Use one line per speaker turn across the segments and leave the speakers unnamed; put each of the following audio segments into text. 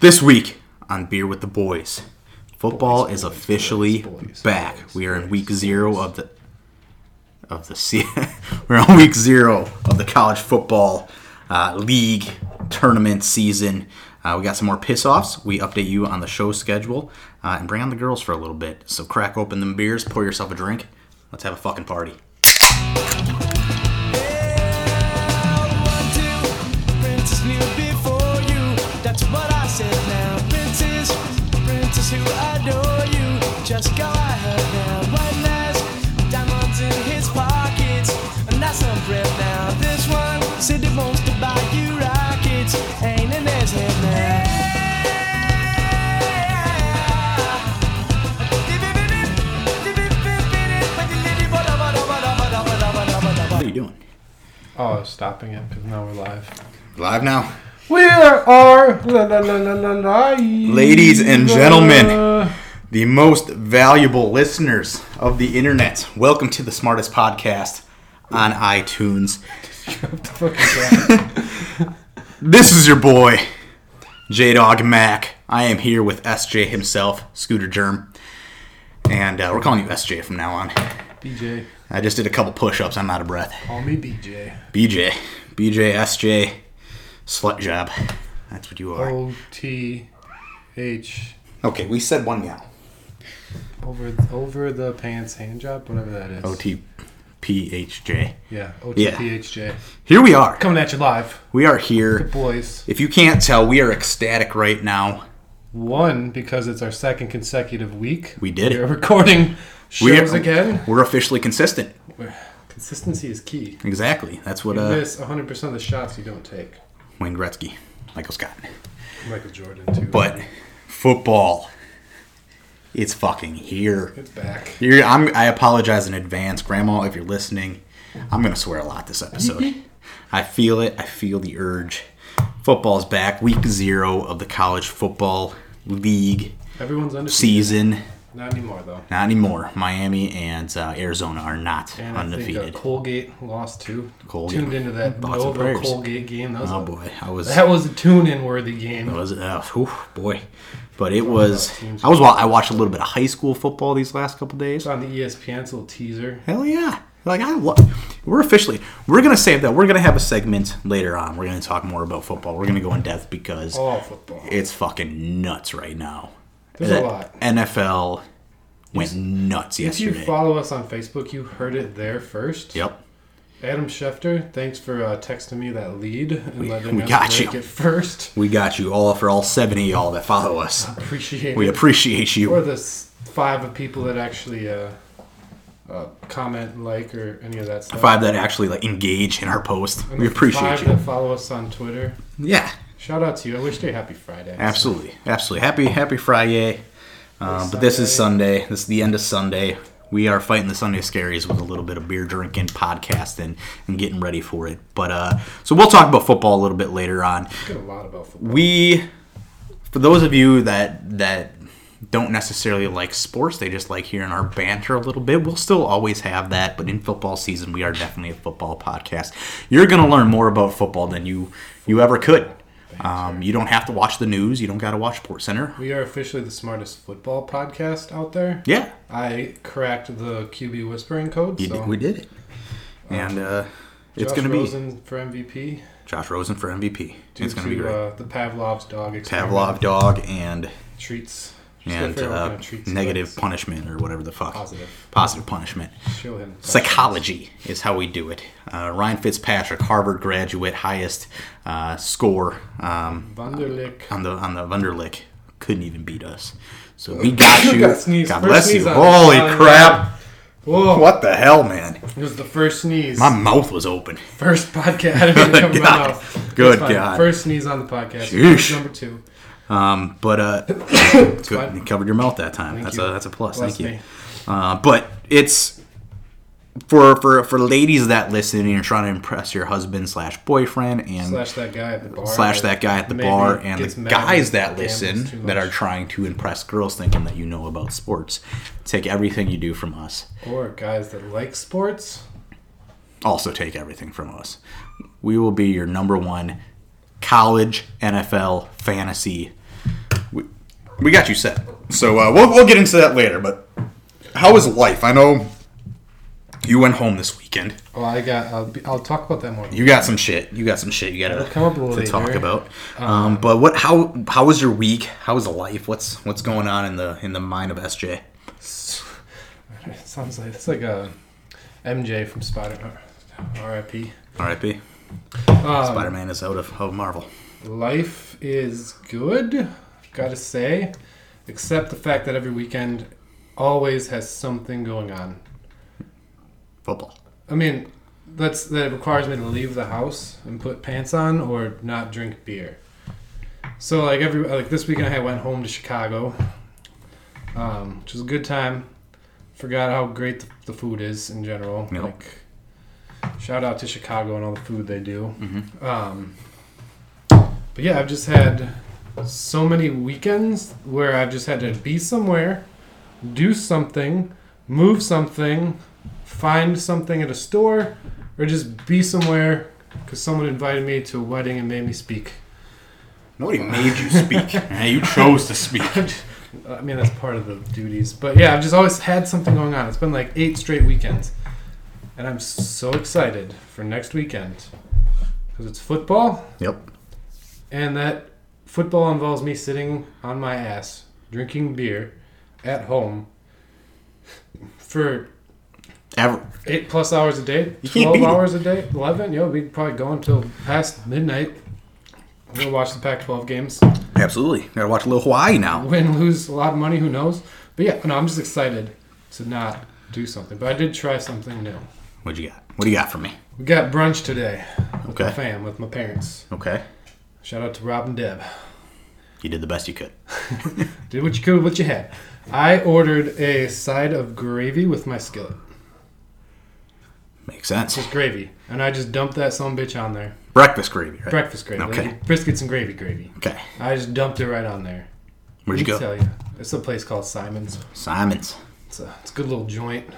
This week on Beer with the Boys, football is officially back. we are in week zero of the of the se- we're on week zero of the college football uh, league tournament season. Uh, we got some more piss offs. We update you on the show schedule uh, and bring on the girls for a little bit. So crack open them beers, pour yourself a drink. Let's have a fucking party.
Princess knew before you. That's what I said now. Princess, princess who adore you. Just go ahead now. One last diamonds in his pockets. And that's some bread now. This one said he wants to buy you rockets. Ain't in his head now.
What are you doing?
Oh, I was stopping it because now we're live.
Live now.
We are la, la, la, la, la, live.
Ladies and gentlemen, the most valuable listeners of the internet, welcome to the smartest podcast on iTunes. This is your boy, J Dog Mac. I am here with SJ himself, Scooter Germ. And uh, we're calling you SJ from now on.
BJ,
I just did a couple push ups. I'm out of breath.
call me BJ.
BJ. BJ, SJ, slut job. That's what you are.
O T H
Okay, we said one now.
over over the pants hand job, whatever that is.
O T P H J.
Yeah, O T
Yeah.
P H J.
Here we are.
Coming at you live,
We are here.
boys.
If you can't tell, we are ecstatic right now.
One because it's our second consecutive week.
We did it.
We're recording
We
shows
are,
again.
We're officially consistent.
Consistency is key.
Exactly. That's what
You
uh,
miss 100 percent of the shots you don't take.
Wayne Gretzky, Michael Scott.
Michael Jordan too.
But football, it's fucking here.
it's back.
Here, I'm, I apologize in advance, Grandma, if you're listening. I'm gonna swear a lot this episode. I feel it. I feel the urge. Football's back. Week zero of the college football league
Everyone's undefeated.
season.
Not anymore though.
Not anymore. Miami and uh, Arizona are not
And I
undefeated.
think uh, Colgate lost too.
Colgate.
Tuned into that
Thoughts and
Nova
prayers.
Colgate game. That was,
Oh
a,
boy, I was
that was a tune-in worthy game.
was uh, whew, boy, but it was.
teams.
I was wa- I watched a little bit of high school football these last couple days.
It's on the E ESPN's little teaser.
Hell yeah! Like I love. We're officially we're gonna save that. We're gonna have a segment later on. We're gonna talk more about football. We're gonna go in depth because
All football.
it's fucking nuts right now.
Oh. There's a
That
lot.
NFL went nuts
If you
yesterday.
follow us on Facebook, you heard it there first.
yep.
Adam Schefter, thanks for uh, texting me that lead and letting
we
us
got
break
you.
it first.
We got you all for all seventy of y'all that follow us.
Appreciate
We
it.
appreciate
or
you.
the s- five of people that actually uh, uh, comment, like, or any of that stuff.
Five that actually like engage in our post.
And
We
the
appreciate
five
you.
that follow us on Twitter.
Yeah.
Shout out to you. I wish you a happy Friday.
Absolutely, absolutely. Happy, happy Friday. Um, but this is Sunday. This is the end of Sunday. We are fighting the Sunday scaries with a little bit of beer drinking, podcasting, and getting ready for it. But uh, so we'll talk about football a little bit later on.
Good a lot about football.
We, for those of you that that don't necessarily like sports, they just like hearing our banter a little bit. We'll still always have that, but in football season, we are definitely a football podcast. You're gonna learn more about football than you you ever could. Um, you don't have to watch the news. You don't got to watch Sports Center.
We are officially the smartest football podcast out there.
Yeah,
I cracked the QB whispering code.
you
so
did- we did it, and uh, it's
Josh
gonna be
Rosen for MVP.
Josh Rosen for MVP.
Due
It's gonna
to,
be great.
Uh, the Pavlov's dog experiment.
Pavlov dog and
treats. Just gotta
and
figure out what
uh,
kind of treats he
negative
likes.
punishment or whatever the fuck
Positive.
positive punishment.
Show him
Psychology is how we do it. Uh, Ryan Fitzpatrick, Harvard graduate, highest uh, score um,
Wunderlich.
on the on the Wunderlich. Couldn't even beat us. So we got you.
Got sneezed.
God
First
bless
sneeze
you.
on-
Holy
on-
crap!
Whoa!
What the hell, man?
It was the first sneeze.
My mouth was open.
first podcast. I didn't even cover my
God.
mouth.
Good
It's fine.
God.
First sneeze on the podcast.
Sheesh.
Number two.
Um, but uh, good.
fine.
You covered your mouth that time. that's
you.
a that's a plus.
Bless
Thank you.
me.
Uh, but it's for for for ladies that listen and you're trying to impress your husband slash boyfriend and
Slash that guy at the bar.
slash that guy at the
Maybe
bar and
gets
the
mad
guys
when
that
he gambles too
listen that
much.
are trying to impress girls thinking that you know about sports take everything you do from us
Or guys that like sports.
also take everything from us we will be your number one college nfl fantasy we got you set. So uh, we'll we'll get into that later. But how is life? I know you went home this weekend.
Well, Oh, I got. I'll, be, I'll talk about that more.
You got some shit. You got some shit. You gotta
It'll come up a little
to talk
later.
about. Um, but what? How? How was your week? How was life? What's What's going on in the in the mind of SJ?
It sounds like it's like a MJ from Spider-Man. R.I.P.
R.I.P.
Um,
Spider Man is out of, of Marvel.
Life is good, gotta say, except the fact that every weekend always has something going on.
Football.
I mean, that's that requires me to leave the house and put pants on or not drink beer. So like every like this weekend, I went home to Chicago, um, which was a good time. Forgot how great the, the food is in general.
Yep.
Like, shout out to Chicago and all the food they do. Um, but yeah, I've just had so many weekends where I've just had to be somewhere, do something, move something, find something at a store, or just be somewhere because someone invited me to a wedding and made me speak.
Nobody made you speak. Eh, you chose to speak.
I mean, that's part of the duties. But yeah, I've just always had something going on. It's been like eight straight weekends. And I'm so excited for next weekend because it's football,
Yep.
and that football involves me sitting on my ass, drinking beer at home for
Ever.
Eight plus hours a day,
You can't
twelve
beat it.
hours a day, eleven. Yo, we'd probably go until past midnight. We'll watch the Pac-12 games.
Absolutely. Gotta watch a little Hawaii now.
Win, lose, a lot of money. Who knows? But yeah, no, I'm just excited to not do something. But I did try something new.
What you got? What do you got for me?
We got brunch today. With my
Okay.
fam, with my parents.
Okay.
Shout out to Rob and Deb.
You did the best you could.
Did what you could, with what you had. I ordered a side of gravy with my skillet.
Makes sense.
Just gravy, and I just dumped that some bitch on there.
Breakfast gravy, right?
Breakfast gravy,
Okay.
briskets and gravy, gravy.
Okay.
I just dumped it right on there.
Where'd you
Let me
go?
Tell you, it's a place called Simon's.
Simon's.
It's a, it's a good little joint.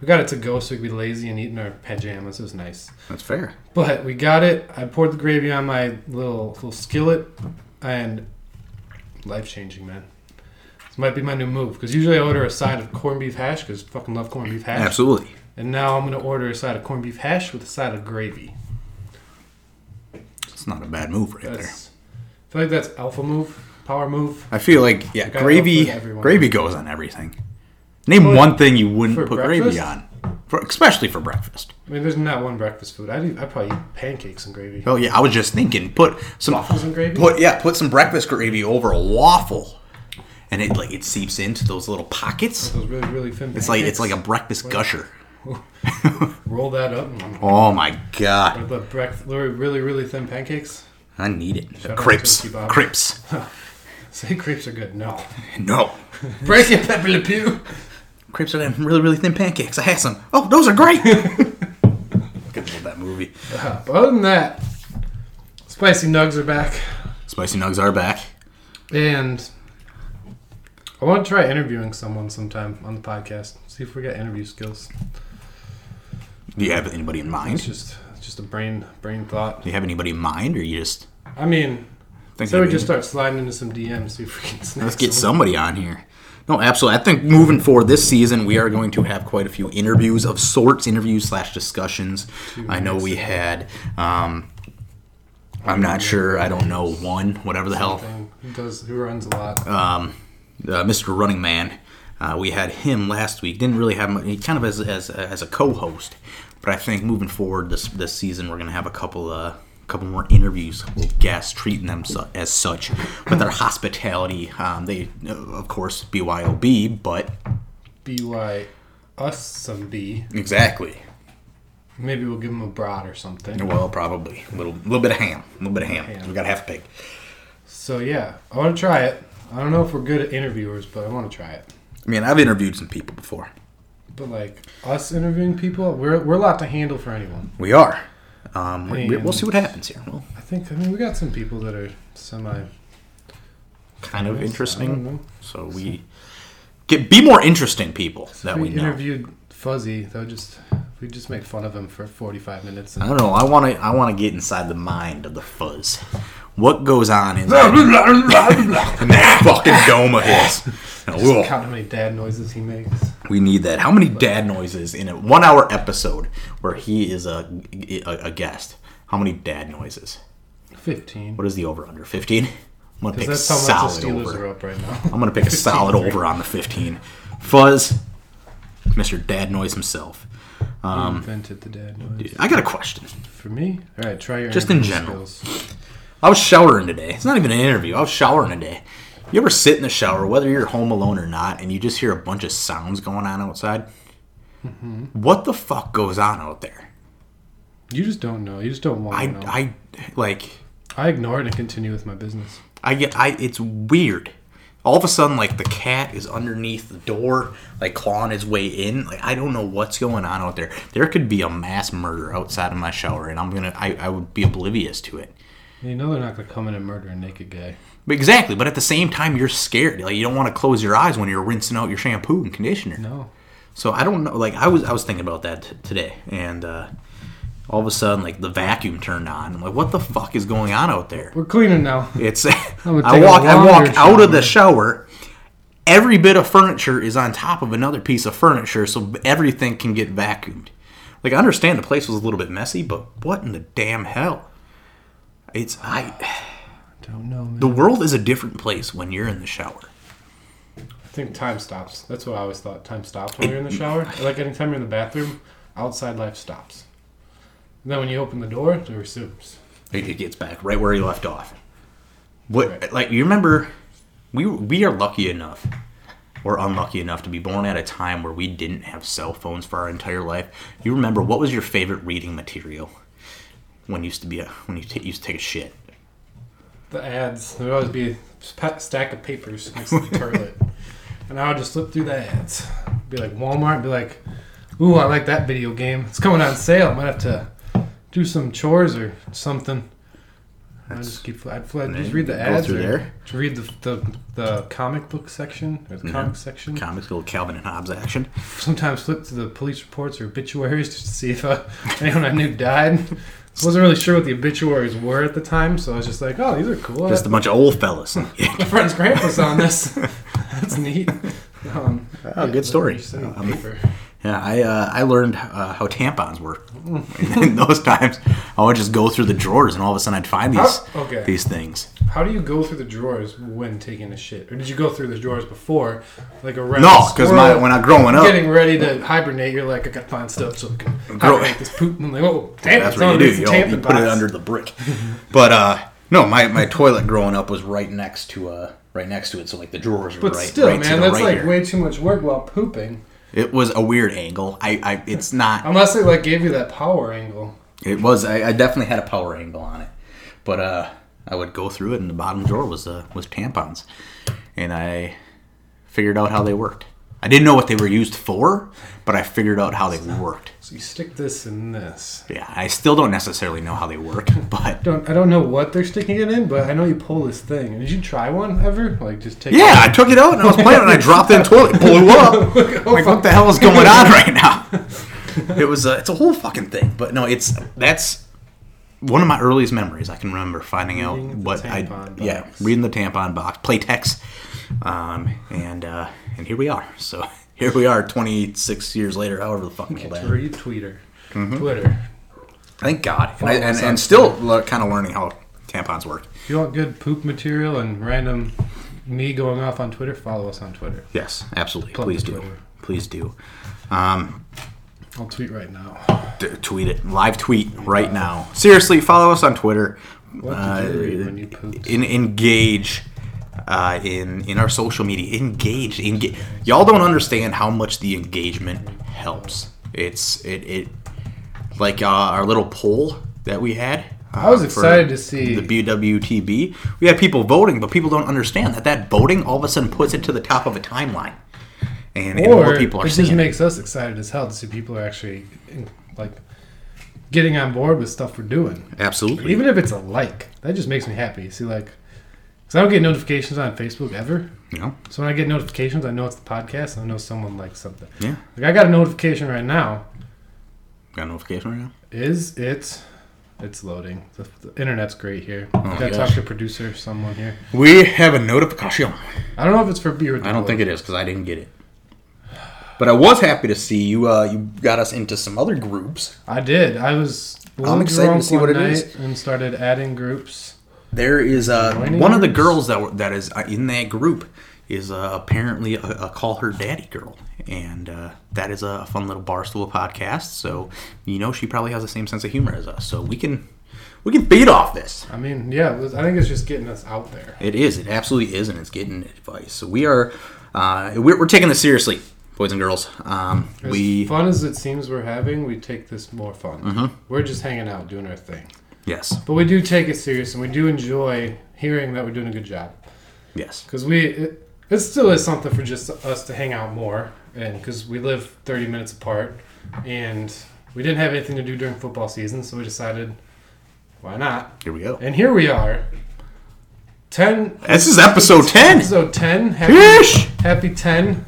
We got it to go so we could be lazy and eat in our pajamas. It was nice.
That's fair.
But we got it. I poured the gravy on my little little skillet, and life changing, man. This might be my new move because usually I order a side of corned beef hash because fucking love corned beef hash.
Absolutely.
And now I'm gonna order a side of corned beef hash with a side of gravy.
It's not a bad move right there.
That's, I feel like that's alpha move, power move.
I feel like yeah,
Gotta go
gravy
for everyone.
gravy goes on everything. Name
Well,
one thing you wouldn't
for
put gravy
breakfast?
on, for, especially for breakfast.
I mean, there's not one breakfast food. I'd, eat, I'd probably eat pancakes and gravy.
Oh yeah, I was just thinking, put some
Waffles and gravy?
Put yeah, put some breakfast gravy over a waffle, and it like it seeps into those little pockets.
Those really really thin.
It's like it's like a breakfast gusher.
roll that up. And
Oh my god,
the breakfast, really really thin pancakes.
I need it.
out to
Crips,
Toasty Bob.
crips.
Say crepes are good. No,
No,
break it, Pepe Le Pew.
crips are them really really thin pancakes. I had some. Oh, those are great. Fucking love that movie.
But other than that, spicy nugs are back,
Spicy nugs are back.
and I want to try interviewing someone sometime on the podcast. See if we got interview skills.
Do you have anybody in
It's
mind?
just it's just a brain brain thought.
Do you have anybody in mind, or you just
I mean,
think?
so we
maybe-
just start sliding into some DMs. See if we can. Snag
Let's get
someone.
somebody on here. No, absolutely. I think moving forward this season, we are going to have quite a few interviews of sorts, interviews slash discussions. I know we had. Um, I'm not sure. I don't know one, whatever the hell.
Thing. Who does who runs a lot?
Uh, Mr. Running Man. Uh, we had him last week. Didn't really have much, he kind of as as as a co-host, but I think moving forward this this season, we're gonna have a couple uh couple more interviews with guests, treating them su- as such with their hospitality. Um, they uh, of course BYOB, but
By us some B.
exactly.
Maybe we'll give him a brat or something.
Well, probably a little little bit of ham, a little bit of ham.
Ham.
We got half a pig.
So yeah, I want to try it. I don't know if we're good at interviewers, but I want to try it.
I mean, I've interviewed some people before.
But like us interviewing people, we're we're a lot to handle for anyone.
We are. Um, we, we- we'll
And-
see what happens here. Well,
I think I mean we got some people that are semi
kind of
I don't know.
interesting. So we get be more interesting people that
we
we know.
interviewed Fuzzy. That would just we just make fun of him for forty five minutes.
I
And
don't know. I want to. I want to get inside the mind of the fuzz. what goes on in that, in that fucking dome of his. And, ugh,
Count how many dad noises he makes.
we need that. How many dad noises in a one-hour episode where he is a, a a guest? How many dad noises?
Fifteen.
What is the over/under? Fifteen. I'm gonna pick
That's how much
solid
the Steelers
over.
are up right now.
I'm gonna pick a solid over on the 15. Fuzz, Mr. Dad Noise himself. Um,
invented the dad noise.
I got a question.
For me, all right. Try your
Just in
interview
general.
skills.
I was showering today. It's not even an interview. I was showering today. You ever sit in the shower, whether you're home alone or not, and you just hear a bunch of sounds going on outside? What the fuck goes on out there?
You just don't know. You just don't want
I,
to know. I,
I, like,
ignore it and continue with my business.
I get, I, it's weird. All of a sudden, like, the cat is underneath the door, like, clawing his way in. Like, I don't know what's going on out there. There could be a mass murder outside of my shower, and I'm gonna, I, I would be oblivious to it.
You know they're not going to come in and murder a naked guy.
But exactly, but at the same time, you're scared. Like, you don't want to close your eyes when you're rinsing out your shampoo and conditioner.
No.
So I don't know. Like I was, I was thinking about that t- today, and uh, all of a sudden, like the vacuum turned on. I'm like, what the fuck is going on out there?
We're cleaning now.
It's
would
I
take a
walk, I walk
longer
out of the shower. Every bit of furniture is on top of another piece of furniture, so everything can get vacuumed. Like I understand the place was a little bit messy, but what in the damn hell? It's I.
Don't know, man.
The world is a different place when you're in the shower.
I think time stops. That's what I always thought. Time stops when you're in the shower. Like anytime you're in the bathroom, outside life stops. And then when you open the door, it resumes.
It, it gets back right where he left off. What
Right.
like you remember? We we are lucky enough, or unlucky enough, to be born at a time where we didn't have cell phones for our entire life. You remember what was your favorite reading material when you used to be a, when you t- used to take a shit?
The ads. There would always be a sp- stack of papers next to the toilet. And I would just flip through the ads. Be like Walmart, be like, ooh, I like that video game. It's coming on sale. I might have to do some chores or something. I just keep. I'd, fl- I'd just read the
Go
ads.
through
or
there. Mm-hmm.
To read the, the the comic book section or the comic section.
Comics, little Calvin and Hobbes action.
sometimes flip to the police reports or obituaries just to see if uh, anyone I knew died. I wasn't really sure what the obituaries were at the time, so I was just like, "Oh, these are cool.
Just a bunch of old fellas.
My friend's grandpa's on this. That's neat." Um,
Oh, good story.
just in the
Um,
paper.
Yeah, I uh, I learned uh, how tampons work in those times. I would just go through the drawers, and all of a sudden I'd find these
Huh? Okay.
these things.
How do you go through the drawers when taking a shit, or did you go through the drawers before, like a rat?
No, because my when I growing up,
Getting ready to hibernate, you're like, I gotta find stuff so I can
Grow-
hibernate this poop. And I'm like, oh, damn,
That's
it's
what you
on
do.
these
You, you
tampon
put it
box.
under the brick. But uh, no, my, my toilet growing up was right next to uh right next to it, so like the drawers were
But
right.
still,
right to
man,
the
that's
right
like
here.
way too much work while pooping.
it was a weird angle. I, I it's not.
Unless they like gave you that power angle.
It was. I, I definitely had a power angle on it, but uh, I would go through it, and the bottom drawer was uh was tampons, and I figured out how they worked. I didn't know what they were used for, but I figured out how they worked.
So you stick this in this.
Yeah, I still don't necessarily know how they work, but
Don't I don't know what they're sticking it in, but I know you pull this thing. Did you try one ever? Like just take
Yeah, I took it out and I was playing and I dropped it in the toilet, blew up.
oh,
like, what the hell is going on right now? It was a, it's a whole fucking thing. But no, it's that's one of my earliest memories. I can remember finding out
Reading the
what I
tampon
yeah
box.
reading the tampon box, Playtex, um, and uh, and here we are. So here we are, 26 years later, however the fuck all
It's
that.
read Twitter.
Mm-hmm.
Twitter.
Thank God, and I,
Follow
and,
us on
and still le- kind of learning how tampons work.
If you want good poop material and random me going off on Twitter, follow us on Twitter.
Yes, absolutely.
Plug
Please
the
do.
Twitter.
Please do.
I'll tweet right now.
D- tweet it live tweet right now seriously follow us on twitter
What
Uh,
did you read when you pooped?
in, engage uh, in in our social media engage engage y'all don't understand how much the engagement helps it's it, it like uh, our little poll that we had
I was
uh, for
excited to see-
the BWTB. We had people voting, but people don't understand that that voting all of a sudden puts it to the top of a timeline, and, and
or
more people are
it
seeing.
just
it.
makes us excited as hell to see people are actually like getting on board with stuff we're doing.
Absolutely,
Even if it's a like, that just makes me happy. See, like, because I don't get notifications on Facebook ever.
you know,
So when I get notifications, I know it's the podcast, and I know someone likes something.
yeah.
Like, I got a notification right now.
Got a notification right now.
Is it It's loading. The, the internet's great here.
Oh my
Gotta
gosh.
talk to producer, someone here.
We have a notification.
I don't know if it's for beer.
I don't think it is because I didn't get it. But I was happy to see you. Uh, you got us into some other groups.
I did. I was.
I'm excited to
drunk
see what
one
it is.
night And started adding groups.
There is uh,
Joining
one of the
groups?
girls that were, that is uh, in that group is uh, apparently a, a call her daddy girl, and uh, that is a fun little barstool podcast. So you know she probably has the same sense of humor as us. So we can we can beat off this.
I mean, yeah. It was, I think it's just getting us out there.
It is. It absolutely is, and it's getting advice. So we are uh, we're, we're taking this seriously, boys and girls. Um,
As
we Mm-hmm.
fun as it seems we're having, we take this more fun. We're just hanging out, doing our thing.
yes
But we do take it serious, and we do enjoy hearing that we're doing a good job.
yes
Because we, it, it still is something for just us to hang out more, and because we live 30 minutes apart, and we didn't have anything to do during football season, so we decided, why not?
here we go.
And here we are. 10,
This is episode Oh, ten.
episode 10. Happy,
Yeesh!
happy 10.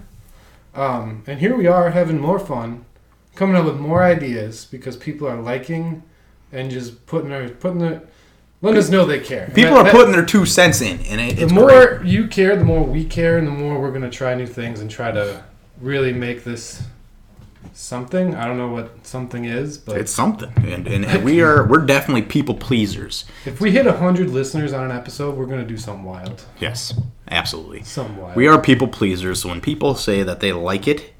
Um, and here we are having more fun, coming up with more ideas because people are liking and just putting their, putting their, letting us know they care. And
People
that-
are
that-
putting their two cents in, and it,
the
it's
more
great.
you care, the more we care, and the more we're gonna try new things and try to really make this something. I don't know what something is, but
It's something, and, and, and we are we're definitely people pleasers.
if we hit hundred listeners on an episode, we're gonna do something wild.
Yes, absolutely.
Something wild.
We are people pleasers. So when people say that they like it,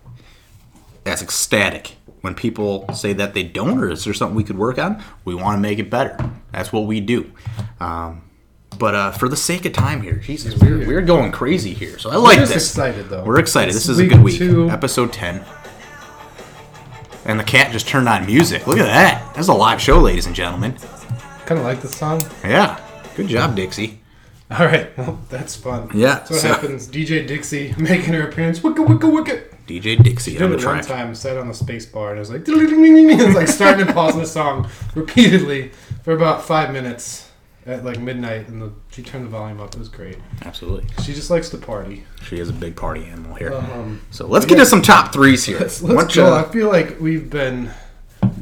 that's ecstatic. When people say that they don't, or is there something we could work on, we want to make it better. That's what we do. Um, but uh, for the sake of time here, Jesus, we're, we're going crazy here. So I like
just
this.
excited though.
We're excited. This is
It's
a good week.
two.
Episode 10. And the cat just turned on music. Look at that. That's a live show, ladies and gentlemen.
Kind of like this song.
Yeah. Good job, Dixie.
All right, well, that's fun.
Yeah,
That's what
so-
happens. DJ Dixie making her appearance. Wicka wicka wicka.
DJ Dixie on
Did
the
it one
track.
time, sat on the space bar, and it was like, ding, ding, ding, ding, ding. it was like starting and pausing the song repeatedly for about five minutes at like midnight, and the, she turned the volume up. It was great.
Absolutely.
She just likes to party.
She is a big party animal here.
Um,
So let's get to some top threes here.
let's let's
What,
go.
uh,
I feel like we've been,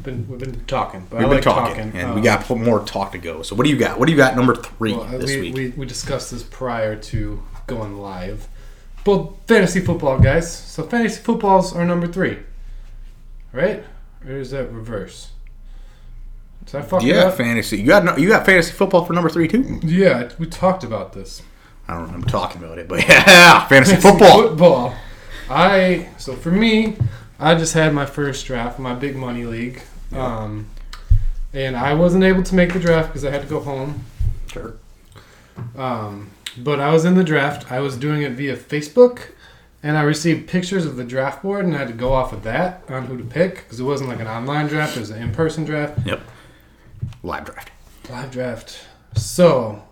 been we've been talking, but
We've
I
been
like
talking,
talking,
and
Um,
we got pl- more talk to go. So what do you got? What do you got? Number three
well, uh,
this
we,
week.
We, we discussed this prior to going live. But fantasy football, guys. So fantasy footballs are number three, right? Or is that reverse? Did I fuck it
yeah,
up?
fantasy. You got no, you got fantasy football for number three too.
Yeah, we talked about this.
I don't remember talking about it, but yeah, fantasy football.
Football. I so for me, I just had my first draft, my big money league, um, and I wasn't able to make the draft because I had to go home.
Sure.
Um, but I was in the draft. I was doing it via Facebook, and I received pictures of the draft board, and I had to go off of that on who to pick because it wasn't like an online draft; it was an in-person draft.
Yep. Live draft.
Live draft. So,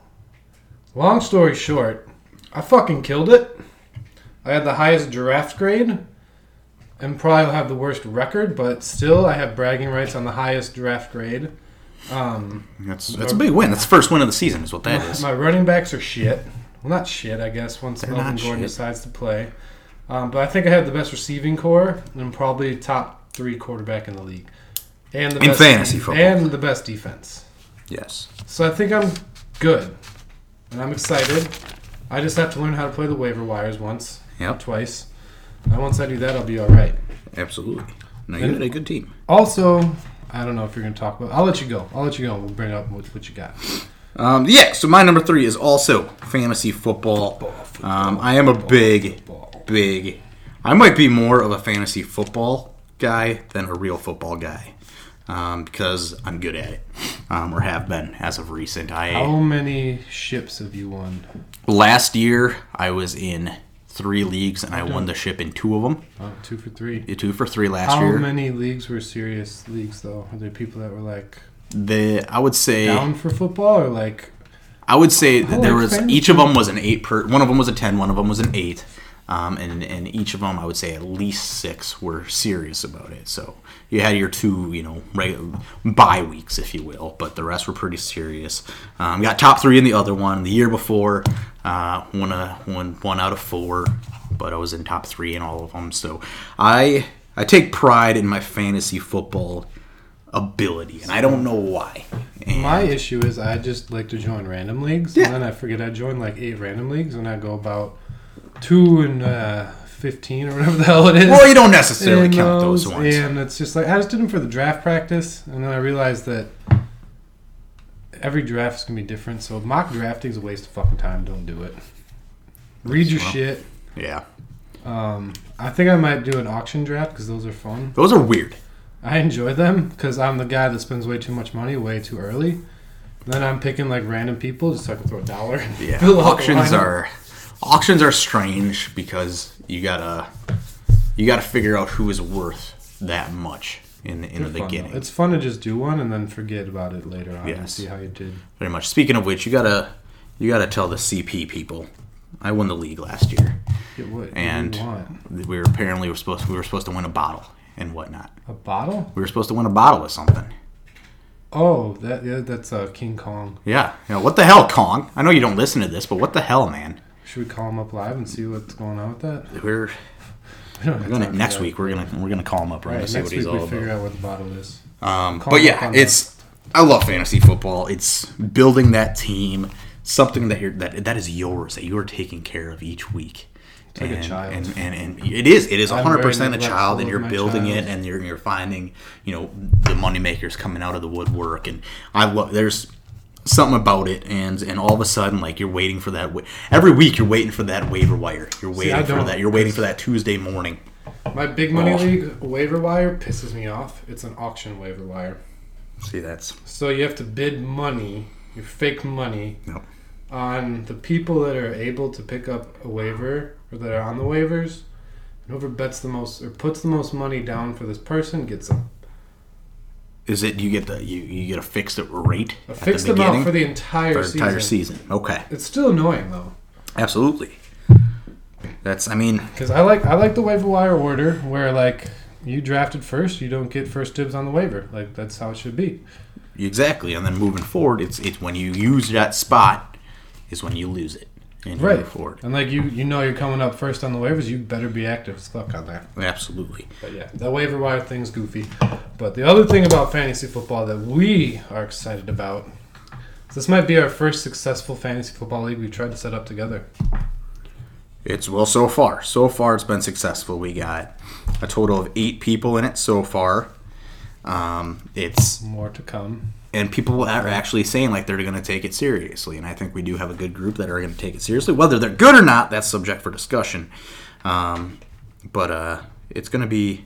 long story short, I fucking killed it. I had the highest draft grade and probably have the worst record, but still I have bragging rights on the highest draft grade. Um,
That's that's a big win. That's the first win of the season, is what that is.
my running backs are shit. Well, not shit, I guess, once
They're
Melvin
not
Gordon
shit.
decides to play. Um, but I think I have the best receiving core and probably top three quarterback in the league. And the
In
best
fantasy football.
And the best defense.
Yes.
So I think I'm good, and I'm excited. I just have to learn how to play the waiver wires once,
Yep.
twice. And once I do that, I'll be all right.
Absolutely. No, you had a good team.
Also, I don't know if you're going to talk about. I'll let you go. I'll let you go. and We'll bring up what, what you got.
Um, yeah, so my number three is also fantasy football. um, I am a big, big. I might be more of a fantasy football guy than a real football guy um, because I'm good at it, um, or have been as of recent. I
How many ships have you won?
last year I was in three leagues and I won the ship in two of them.
Oh, two for three.
Two for three last
How
year.
many leagues were serious leagues though? Are there people that were like
The I would say
down for football or like
I would say that
Oh,
there
like
was
fantasy.
each of them was an eight per. One of them was a ten. One of them was an eight. Um, and and each of them, I would say at least six were serious about it. So you had your two, you know, regu- bye weeks, if you will, but the rest were pretty serious. Um, got top three in the other one the year before. Uh, one, uh, one, one out of four, but I was in top three in all of them. So I I take pride in my fantasy football ability, and I don't know why. And
My issue is I just like to join random leagues,
Yeah.
and then I forget I joined like eight random leagues, and I go about two and uh, fifteen or whatever the hell it is.
well, you don't necessarily
in
count those ones.
And it's just like I just did them for the draft practice, and then I realized that every draft is gonna be different. So mock drafting is a waste of fucking time. Don't do it. Read your
Well.
shit.
Yeah,
Um, I think I might do an auction draft because those are fun.
those are weird.
I enjoy them because I'm the guy that spends way too much money way too early. Then I'm picking like random people just so I can throw a dollar. and
Yeah,
fill out the
auctions
lineup.
are auctions are strange because you gotta you gotta figure out who is worth that much in the, in the
Fun, though.
beginning.
It's fun to just do one and then forget about it later on and
Yes.
see how you did.
Pretty much. Speaking of which, you gotta you gotta tell the CP people. I won the league last year,
Get what
and
you want.
we were apparently were supposed we were supposed to win a bottle and whatnot.
A bottle?
We were supposed to win a bottle of something.
Oh, that yeah, that's uh, King Kong.
Yeah. You know, what the hell, Kong? I know you don't listen to this, but what the hell, man?
Should we call him up live and see what's going on with that?
We're,
We don't have
we're gonna
time for
next
that.
week. We're gonna we're gonna call him up. We're
Right,
gonna
next
see what
week
he's
we
all
figure
about.
out what the bottle is.
Um,
Call
but
him up
yeah,
on
it's I love fantasy football. It's building that team, something that you're that that is yours that you are taking care of each week.
like a
and,
child.
And, and, and it is it is
I'm
100 percent a
very
child,
neglectful
and
of
you're
my
building
child.
it, and you're you're finding you know the moneymakers coming out of the woodwork, and I love there's something about it, and and all of a sudden like you're waiting for that wa- every week you're waiting for that waiver wire, you're waiting
I
for
don't.
that, you're waiting for that Tuesday morning.
My big money
Oh.
league waiver wire pisses me off. It's an auction waiver wire.
See that's
So you have to bid money, your fake money,
Yep.
on the people that are able to pick up a waiver or that are on the waivers. And whoever bets the most or puts the most money down for this person gets them.
is it you get the you, you get a fixed rate
A
at the
fixed amount
beginning?
for the entire,
for
season.
entire season. Okay,
It's still annoying though.
absolutely. That's I mean
Because I like I like the waiver wire order where like you drafted first, you don't get first dibs on the waiver. Like that's how it should be.
exactly, and then moving forward, it's it's when you use that spot is when you lose it and you
Right.
move forward.
And like you you know you're coming up first on the waivers, you better be active as fuck on there.
Absolutely,
But yeah, that waiver wire thing's goofy. But the other thing about fantasy football that we are excited about this might be our first successful fantasy football league we've tried to set up together.
it's well so far. So far, it's been successful. We got a total of eight people in it so far. Um, it's
More to come.
and people are actually saying like they're going to take it seriously and i think we do have a good group that are going to take it seriously whether they're good or not that's subject for discussion um, but uh, it's going to be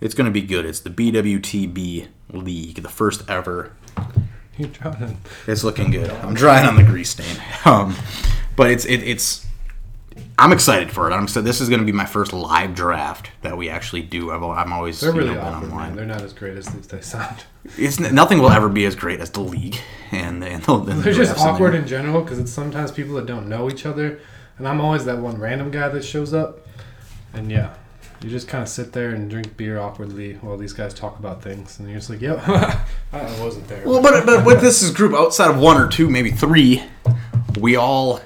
it's going to be good it's the bwtb league the first ever
You're drowning.
it's looking good i'm drying on the grease stain um, but it's it, it's i'm excited for it i'm excited this is going to be my first live draft that we actually do I've, al- i'm always
They're
you know,
really
been
awkward, man. They're not as great as they sound.
it's nothing will ever be as great as the league and, and, the, and the
They're just
drafts in
awkward
there.
in general because it's sometimes people that don't know each other, and I'm always that one random guy that shows up, and yeah, you just kind of sit there and drink beer awkwardly while these guys talk about things, and you're just like, "Yep, I I wasn't there."
Well, but but with this group outside of one or two, maybe three, we all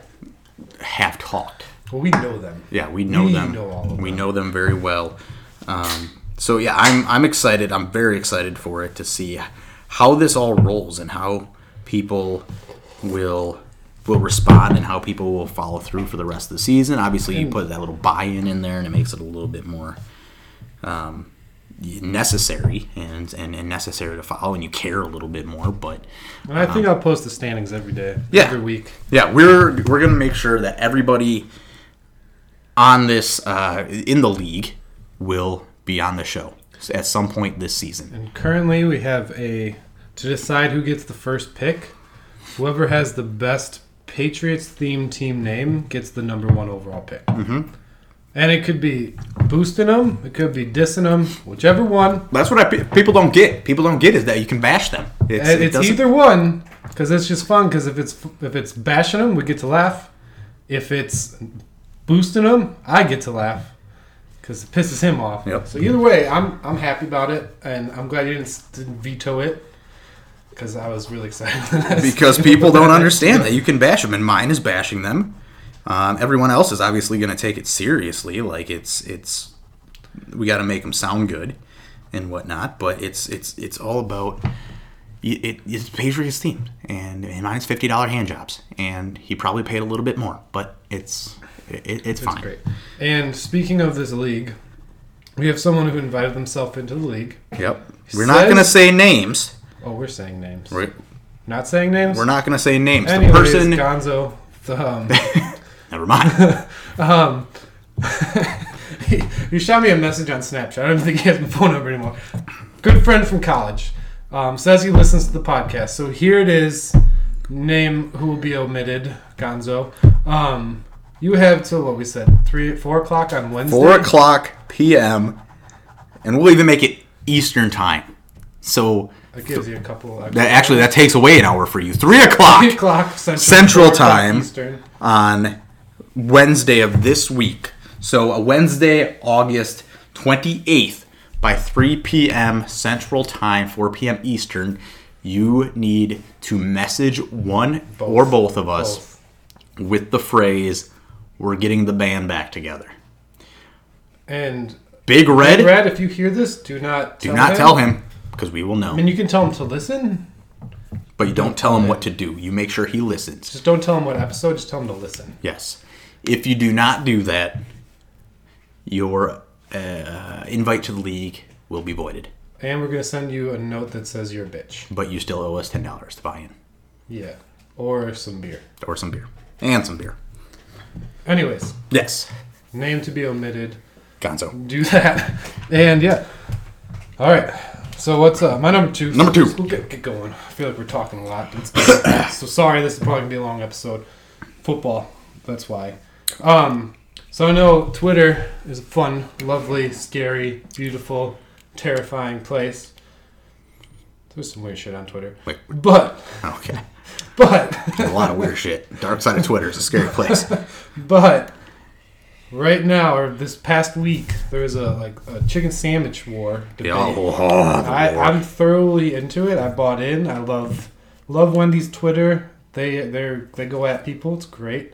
have talked.
Well, we know them.
Yeah, we know
We
them.
know all of
we know them very well. Um, so yeah, I'm I'm excited. I'm very excited for it to see how this all rolls and how people will will respond and how people will follow through for the rest of the season. Obviously,
Mm.
you put that little buy-in in there, and it makes it a little bit more um, necessary and, and and necessary to follow, and you care a little bit more. But
And I think I'll post the standings every day,
Yeah.
every week.
Yeah, we're we're gonna make sure that everybody on this uh, in the league will be on the show at some point this season.
And currently, we have a to decide who gets the first pick. Whoever has the best Patriots themed team name gets the number one overall pick. Mm-hmm. And it could be boosting them, it could be dissing them, whichever one.
That's what I pe- people don't get. People don't get is that you can bash them. It's,
And
it
it's
doesn't-
either one because it's just fun. Because if it's if it's bashing them, we get to laugh. If it's boosting them, I get to laugh because it pisses him off.
Yep.
So either way, I'm I'm happy about it, and I'm glad you didn't, s- didn't veto it because I was really excited.
because people don't understand that you can bash them, and mine is bashing them. Um, everyone else is obviously going to take it seriously. Like it's it's we got to make them sound good and whatnot. But it's it's it's all about y- it is Patriots themed, and, and mine's fifty dollar hand jobs, and he probably paid a little bit more, but it's it, it's, fine.
Great. And speaking of this league, we have someone who invited themselves into the league.
Yep, we're not gonna
Says-
say names.
Oh, we're saying names.
We're,
Not saying names.
we're not gonna say names.
Anyways,
the person,
Gonzo. The, um,
never mind.
you shot me a message on Snapchat. I don't think he has my phone number anymore. Good friend from college um, says he listens to the podcast. So here it is. Name who will be omitted, Gonzo. Um, you have till what we said three, four o'clock on Wednesday.
Four o'clock p.m. and we'll even make it Eastern time. So
That gives you a couple.
that actually that takes away an hour for you. Three o'clock.
three o'clock Central,
Central
four o'clock
time.
Eastern.
on Wednesday of this week. So a Wednesday, August 28th by 3 p.m. Central Time, 4 p.m. Eastern, you need to message one or both of us
Both.
with the phrase, we're getting the band back together.
And
Big Red,
Red, Red, if you hear this, do not
do not tell him because we will know.
And you can tell him to listen.
But you don't tell him what to do. You make sure he listens.
Just don't tell him what episode. Just tell him to listen.
Yes. If you do not do that, your uh, invite to the league will be voided.
And we're gonna send you a note that says you're a bitch.
But you still owe us ten dollars to buy in,
Yeah, or some beer.
or some beer, and some beer.
Anyways,
Yes,
name to be omitted.
Gonzo.
Do that. And yeah. All right. So what's uh, my number two?
Number two.
We'll get, get going. I feel like we're talking a lot. It's- so sorry, this is probably gonna be a long episode. Football. That's why. Um. So I know Twitter is a fun, lovely, scary, beautiful, terrifying place. There's some weird shit on Twitter.
Wait.
But
Okay,
but.
a lot of weird shit. Dark side of Twitter is a scary place.
But right now, or this past week, there was a like a chicken sandwich war debate.
Yeah, oh, oh, the
I,
war.
I'm thoroughly into it. I bought in. I love love Wendy's Twitter. They they they go at people. It's great.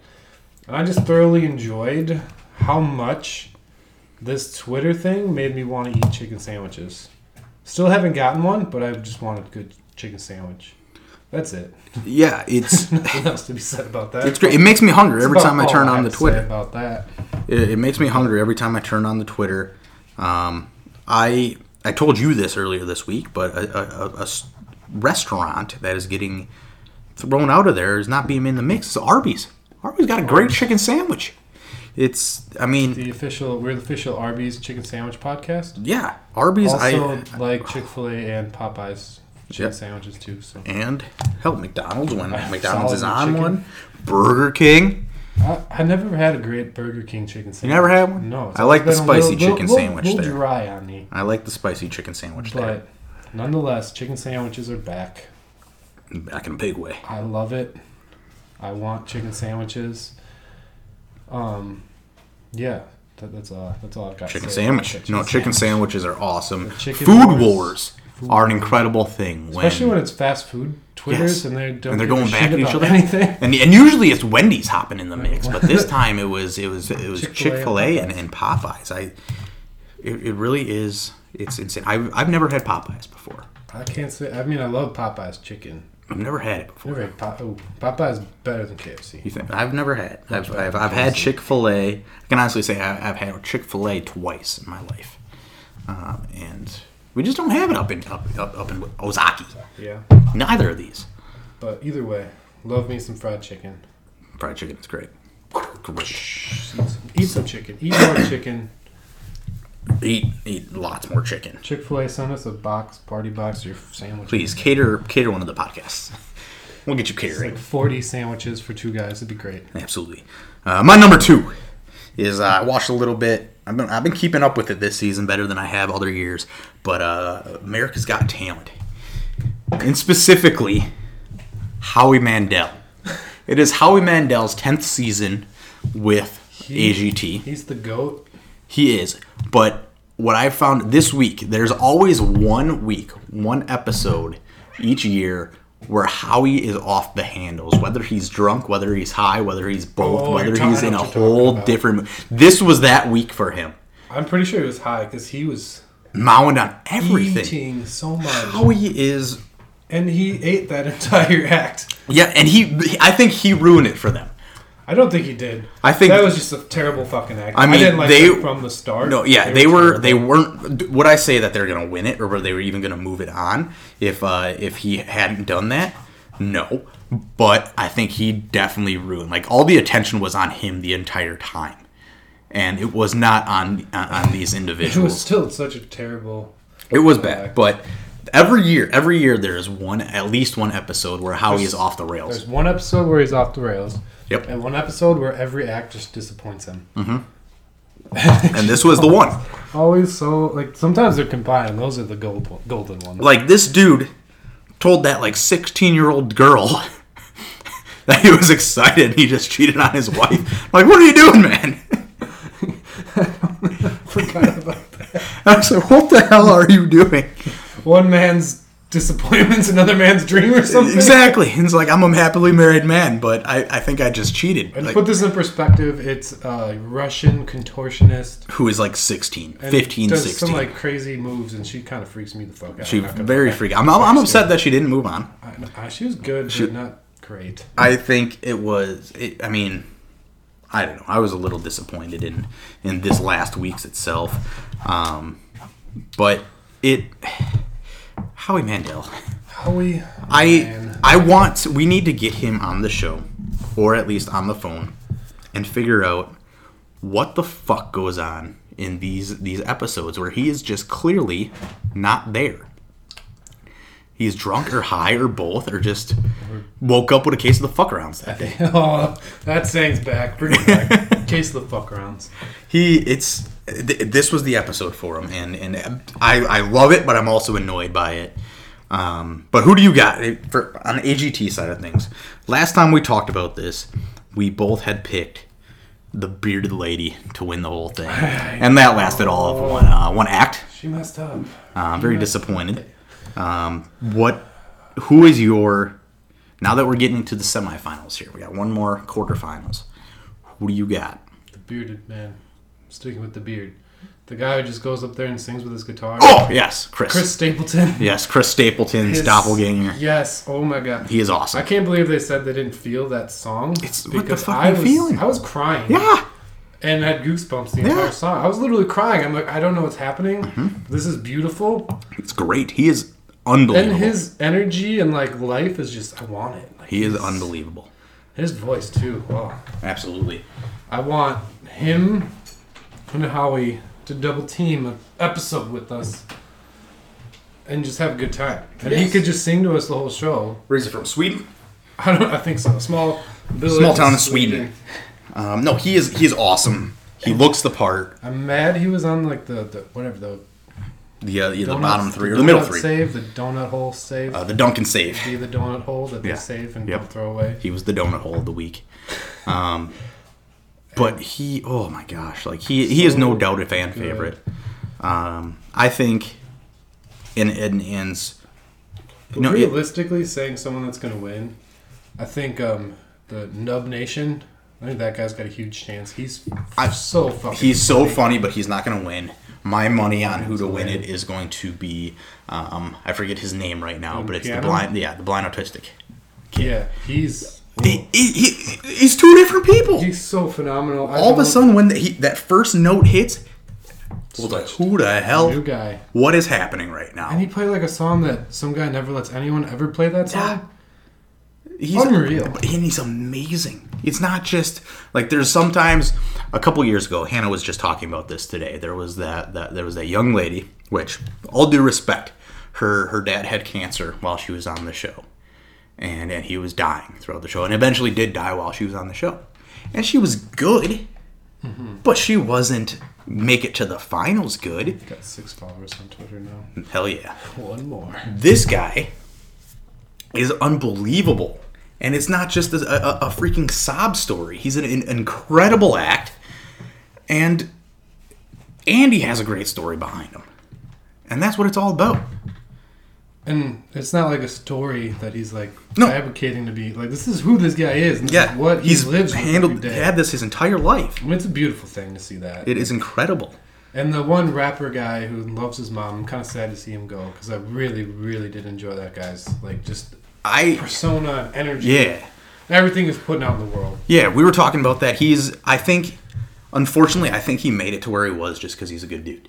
And I just thoroughly enjoyed how much this Twitter thing made me want to eat chicken sandwiches. Still haven't gotten one, but I just wanted a good chicken sandwich. That's it.
yeah, it's
Nothing else to be said about that.
it's great. It makes me hungry every
Oh, That's
time I
about
turn
all
on the
have to say
Twitter.
about that.
It, it makes me hungry every time I turn on the Twitter. Um, I I told you this earlier this week, but a, a- a- a s- restaurant that is getting thrown out of there is not being in the mix. It's Arby's. Arby's got a great chicken sandwich. It's I mean
The official, we're the official Arby's chicken sandwich podcast.
yeah, Arby's.
Also,
I
like Chick Fil A and Popeyes chicken
Yep.
sandwiches too. So
and hell McDonald's when
have
McDonald's is
solid
on
chicken.
one. Burger King.
I, I never had a great Burger King chicken sandwich.
never had one?
No, it's
I like the
always been a
spicy chicken
little,
sandwich
Little
there.
dry on me,
I like the spicy chicken sandwich there.
but nonetheless, chicken sandwiches are back.
Back in a big way.
I love it. I want chicken sandwiches. Um, yeah, that, that's all. That's all I've got. to
Chicken
say about
sandwich.
that
no, chicken
sandwich.
sandwiches are awesome.
chicken
Food wars,
wars.
are an incredible thing. When,
Especially when it's fast food Twitters
Yes.
and they don't
and they're
give a
going back
shit
at each
about
other.
Anything.
And, and usually it's Wendy's hopping in the mix, but this time it was it was it was
Chick-fil-A
Chick Fil A and, and Popeyes. I it, it really is it's insane. I, I've never had Popeyes before.
I can't say. I mean, I love Popeye's chicken.
I've never had it before.
Never had Pop- oh, Popeye's better than KFC.
You think I've never had? I've I've, I've had Chick Fil A. I can honestly say I, I've had Chick Fil A twice in my life, um, and we just don't have it up in up up, up in Ozaki.
Yeah,
Neither of these.
but either way, love me some fried chicken.
Fried chicken is great.
Eat some chicken. Eat more chicken.
Eat eat lots more chicken.
Chick Fil A sent us a box, party box, of your sandwich.
Please cater cater one of the podcasts. We'll get you
It's like
catering.
forty sandwiches for two guys. It'd be great.
Absolutely. Uh, my number two is uh, I watched a little bit. I've been I've been keeping up with it this season better than I have other years. But uh, America's Got Talent, and specifically Howie Mandel. It is Howie Mandel's tenth season with AGT.
He's the goat.
He is. But what I found this week, there's always one week, one episode each year where Howie is off the handles. Whether he's drunk, whether he's high, whether he's both,
Oh,
whether
you're ta-
he's
I
in
know
a
what you're talking
whole
about.
different. This was that week for him,
I'm pretty sure he was high because he was E
mowing on everything.
eating so much.
Howie is
and he ate that entire act.
Yeah, and he, I think he ruined it for them.
I don't think he did.
I think-
that was just a terrible fucking act.
I mean,
didn't like
they-
them from the start.
No, yeah, they were they
terrible.
weren't. Would I say that they're gonna win it, or were they were even gonna move it on if uh, if he hadn't done that? No, but I think he definitely ruined. Like all the attention was on him the entire time, and it was not on on, on these
It was
individuals.
still such a terrible.
It was bad, but every year, every year there is one at least one episode where Howie is off the
There's
rails.
one episode where he's off the rails.
Yep.
And one episode where every act just disappoints him.
And this was the one.
Always so like sometimes they're combined. Those are the gold golden ones.
like this dude told that like 16 year old girl that he was excited and he just cheated on his wife like what are you doing man
Forgot about that.
i was like what the hell are you doing
One man's disappointment's another man's dream or something.
exactly and it's like i'm a happily married man but i, I think i just cheated
And to
like,
put this in perspective, it's a Russian contortionist.
who is like 16
and
15
does
16
some like crazy moves, and she kind of freaks me the fuck out.
she
I'm not gonna
very
lie.
freaky I'm, I'm, I'm upset that she didn't move on
I- I- she was good, but not great.
I think it was. It, I mean, I don't know. I was a little disappointed in in this last week's itself, um, but it. Howie Mandel.
Howie,
I
man.
I want. We need to get him on the show, or at least on the phone, and figure out what the fuck goes on in these these episodes where he is just clearly not there. He's drunk or high or both or just woke up with a case of the fuck arounds that day.
oh, that saying's back. Bring it back. Case the fuck rounds.
he it's th- this was the episode for him and and I, I love it but i'm also annoyed by it um, but who do you got eh, for on the agt side of things last time we talked about this we both had picked the bearded lady to win the whole thing and that lasted all of one uh, one act
She messed up.
i'm very disappointed um, what who is your now that we're getting into the semifinals here we got one more quarterfinals who do you got
The bearded man. Sticking with the beard. The guy who just goes up there and sings with his guitar.
oh yes chris
Chris Stapleton.
Yes, Chris Stapleton's
His-
doppelganger.
Yes. Oh my god.
He is
I
awesome.
can't believe they said they didn't feel that song.
It's- what the fucking
I was,
feeling?
I was crying.
Yeah,
And had goosebumps the entire
Yeah.
song. I was literally crying. I'm like, I don't know what's happening.
Mm-hmm.
This is beautiful.
it's great. He is unbelievable.
And his energy and like life is just, I want it. Like,
he is
his-
unbelievable.
His voice too. Wow.
Absolutely.
I want him and Howie to double team an episode with us and just have a good time. And he
Yes.
could just sing to us the whole show.
Where is he from? Sweden.
I don't. I think so. Small village.
Small town in Sweden. Um, no, he is. He is awesome. He looks the part.
I'm mad he was on like the, the whatever the
The uh, yeah, the
donut-
bottom three or the middle
donut
three.
Save the donut hole save.
Uh, the Duncan save.
be the donut hole that they
Yeah.
save and
Yep.
don't throw away.
He was the donut hole of the week. Um, but he, oh my gosh, like he he is no
So
doubt a fan
good.
favorite. Um, I think, in in ends.
But
No, it-
realistically, saying someone that's gonna win, I think um, the Nub Nation. I think that guy's got a huge chance. He's
I-
so fucking.
He's so funny, but he's not going to win. My money on who to win it is going to be, um, I forget his name right now, but it's the
piano?
blind, yeah, the blind autistic.
yeah. He's
He, he, he- he's two different people.
he's so phenomenal. I
All of a
don't-
sudden, when the, he, that first note hits, I was like, who the
new
hell?
guy.
What is happening right
And
now?
he played like a song that some guy never lets anyone ever play that song.
Yeah. He's
unreal.
but- and he's amazing. It's not just like there's sometimes a couple years ago. Hannah was just talking about this today. There was that that there was that young lady, which all due respect, her her dad had cancer while she was on the show, and and he was dying throughout the show, and eventually did die while she was on the show, and she was good, but she wasn't make it to the finals good.
Got six followers on Twitter now.
Hell yeah
One more.
this guy is unbelievable. And it's not just a, a, a freaking sob story. He's an, an incredible act, and Andy has a great story behind him, and that's what it's all about.
And it's not like a story that he's like
No.
advocating to be like this is who this guy is. And this is what he
he's
lives with
handled
every day.
had this his entire life.
I mean, it's a beautiful thing to see that.
It is incredible.
And the one rapper guy who loves his mom, I'm kind of sad to see him go because I really, really did enjoy that guy's like just
I
persona, and energy,
yeah.
everything he's putting out in the world.
Yeah, we were talking about that. He's, I think, unfortunately, I think he made it to where he was just because he's a good dude.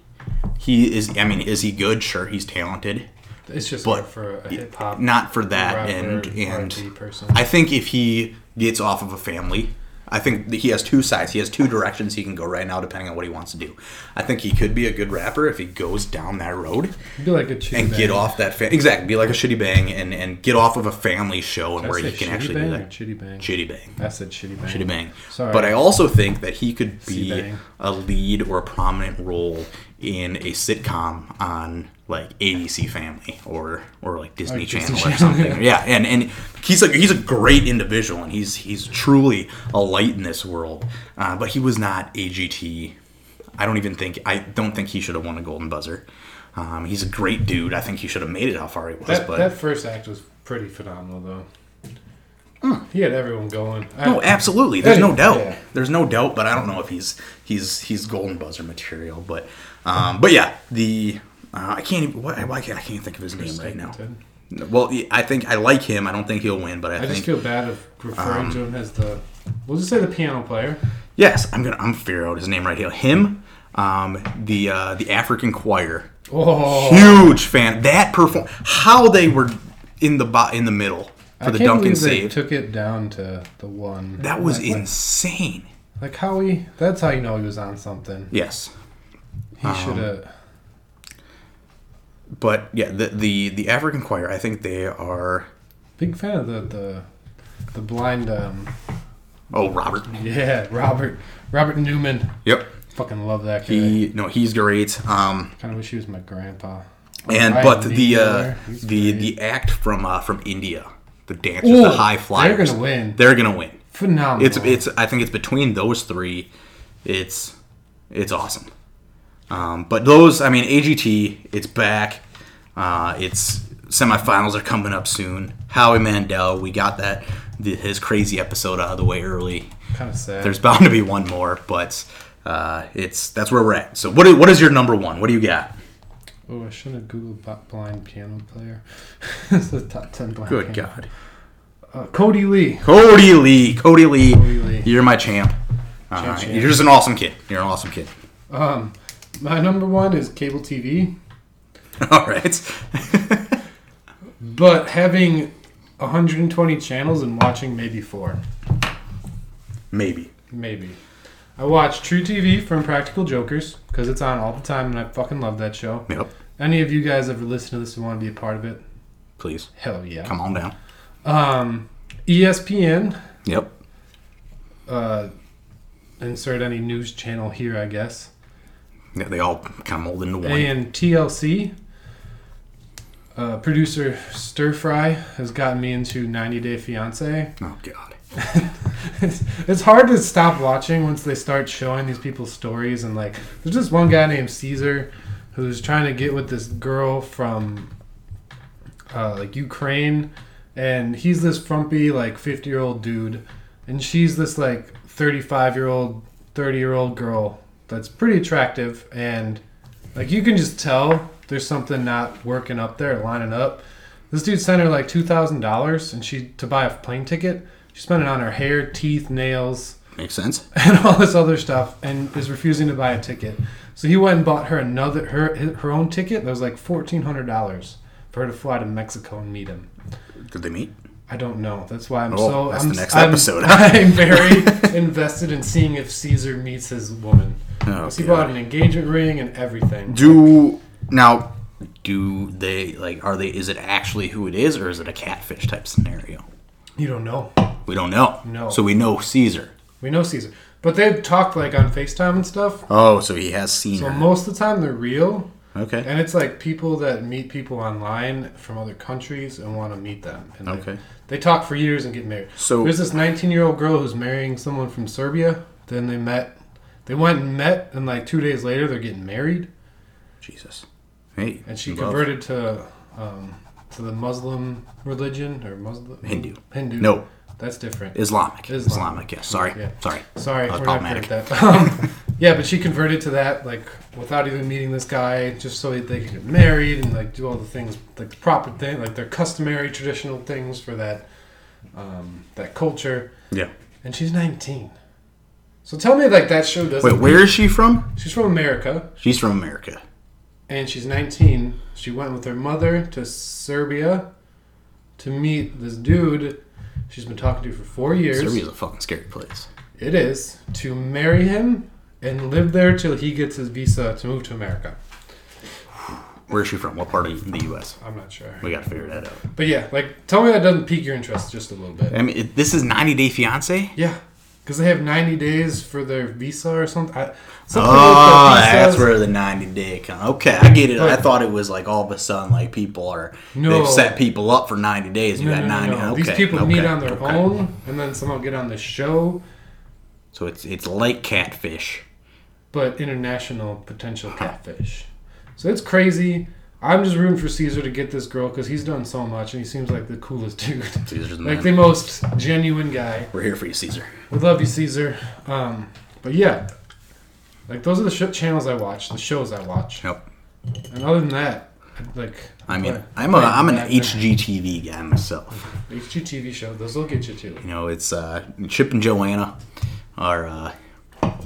He is, I mean, is he good? Sure, he's talented,
It's just
but
hard for a hip hop,
not for that.
rapper,
And
R&B
and
person.
I think if he gets off of a family, I think that he has two sides. He has two directions he can go right now, depending on what he wants to do. I think he could be a good rapper if he goes down that road
Be like a cheap
and
band.
get off that. Fa- exactly, be like a shitty bang and and get off of a family show and
Did I
where he
say
can
shitty
actually
bang
do
or
that.
Chitty bang.
Shitty bang.
I said shitty bang.
Shitty Bang.
Sorry.
But I also think that he could be
C-Bang.
a lead or a prominent role in a sitcom on like ABC Family or or like Disney
Like
Channel
Disney
or
Channel,
something. yeah, and and he's like he's a great individual and he's he's truly a light in this world. Uh, but he was not AGT. I don't even think I don't think he should have won a Golden Buzzer. Um, he's a great dude. I think he should have made it how far he was.
That,
but
that first act was pretty phenomenal, though. He had everyone going. I-
Hmm. No, absolutely. There's no
Yeah.
doubt.
Yeah.
There's no doubt. But I don't know if he's he's he's golden buzzer material. But um, but yeah, the uh, I can't even what, why can't I can't think of his name right now.
Stapleton.
Well, I think I like him. I don't think he'll win, but I,
I
think Um,
just feel bad of referring to him as the. We'll just say the piano player.
yes. I'm gonna I'm gonna figure out his name right here. Him, um, the uh, the African choir,
Oh,
huge fan. That perform how they were in the bo- in the middle for
I
the
can't
Duncan
believe they
save.
Took it down to the one.
that was
like,
insane.
Like how he. That's how you know he was on something.
Yes.
He should
Um,
have.
but yeah, the the the African choir, I think they are.
Big fan of the the, the blind. um
Oh, Robert.
Yeah, Robert Robert Newman.
Yep.
Fucking love that guy.
He no, he's great. Um,
kind of wish he was my grandpa.
and
Ryan
but the uh,
Needler, he's
the
great.
the act from uh, from India, the dancers, the
Ooh,
high
they're
flyers,
gonna win.
They're gonna win.
phenomenal.
It's it's. I think it's between those three. It's it's awesome. Um, but those, I mean, AGT, it's back. Uh, it's semifinals are coming up soon. Howie Mandel, we got that the, his crazy episode out of the way early.
kind of sad.
There's bound to be one more, but uh, it's that's where we're at. So what is, what is your number one? What do you got?
Oh, I should have googled bo- blind piano player. it's the top ten blind.
Good
piano.
God,
Uh, Cody Lee.
Cody Lee, Cody Lee,
Cody Lee.
you're my champ. Uh,
Champ, champ.
You're just an awesome kid. You're an awesome kid.
Um, my number one is cable TV,
All right.
but having 120 channels and watching maybe four,
Maybe.
maybe. I watch True TV from Practical Jokers because it's on all the time and I fucking love that show.
Yep.
Any of you guys ever listen to this and want to be a part of it?
Please
Hell yeah.
come on down.
Um, ESPN.
Yep.
Uh, insert any news channel here, I guess.
Yeah, they all kind of mold into one.
and TLC. Uh, producer Stir Fry has gotten me into 90 Day Fiance.
Oh God.
it's hard to stop watching once they start showing these people's stories. And like, there's this one guy named Caesar who's trying to get with this girl from uh, like Ukraine, and he's this frumpy like 50 year old dude, and she's this like 35 year old, 30 year old girl that's pretty attractive, and like you can just tell there's something not working up there, lining up. This dude sent her like two thousand dollars, and she to buy a plane ticket. She spent it on her hair, teeth, nails,
Makes sense.
and all this other stuff, and is refusing to buy a ticket. So he went and bought her another her her own ticket that was like fourteen hundred dollars for her to fly to Mexico and meet him.
Did they meet?
I don't know. That's why I'm
Oh,
so.
that's
I'm,
the next
I'm-
episode.
I'm very invested in seeing if Caesar meets his woman.
Oh,
'Cause he
God.
bought an engagement ring and everything.
Do now? Do they like? Are they? Is it actually who it is, or is it a catfish type scenario?
you don't know.
We don't know.
No.
So we know Caesar.
We know Caesar, but they've talked like on Facetime and stuff.
Oh, so he has seen
So
her.
most of the time they're real,
okay.
and it's like people that meet people online from other countries and want to meet them. And like,
Okay.
They talk for years and get married.
So-
there's this 19 year old girl who's marrying someone from Serbia. Then they met. They went and met, and like two days later they're getting married.
Jesus. Hey.
And she
love.
converted to um, to the Muslim religion or Muslim
Hindu.
Hindu.
No.
that's different.
Islamic.
Islamic.
Islamic. Yes. Sorry.
Yeah.
Sorry.
Sorry,
That was
we're not good
problematic.
at that. Um, Yeah, but she converted to that like without even meeting this guy, just so they could get married and like do all the things like the proper thing, like their customary traditional things for that um, that culture.
Yeah.
And she's 19. So tell me like that show doesn't.
Wait, where is she from?
She's from America
She's from America.
and she's 19. She went with her mother to Serbia to meet this dude she's been talking to for four years.
Serbia's a fucking scary place.
It is to marry him and live there till he gets his visa to move to America.
Where is she from? What part of the U.S.?
I'm not sure.
We gotta figure that out.
But yeah, like, tell me that doesn't pique your interest just a little bit.
I mean, it, this is 90 Day Fiance.
Yeah. Because they have 90 days for their visa or something. I, something
Oh,
with their
that's
visas.
where the 90 day come. Okay, I get it. I
Right.
thought it was like all of a sudden, like people are
No.
they've set people up for 90 days. You
No,
got
no, no,
90.
no.
Okay,
These people
okay,
meet on their
okay.
own and then somehow get on the show,
So it's it's like catfish.
but international potential catfish. So it's crazy. I'm just rooting for Caesar to get this girl because he's done so much and he seems like the coolest dude.
Caesar's the man.
like, the most genuine guy.
We're here for you, Caesar.
We love you, Caesar. Um, but yeah, like those are the sh- channels I watch, the shows I watch.
Yep.
And other than that, like
I mean,
play-
I'm a
play
I'm an
Batman.
HGTV guy myself.
HGTV show. Those will get you too.
You know, it's uh, Chip and Joanna are uh,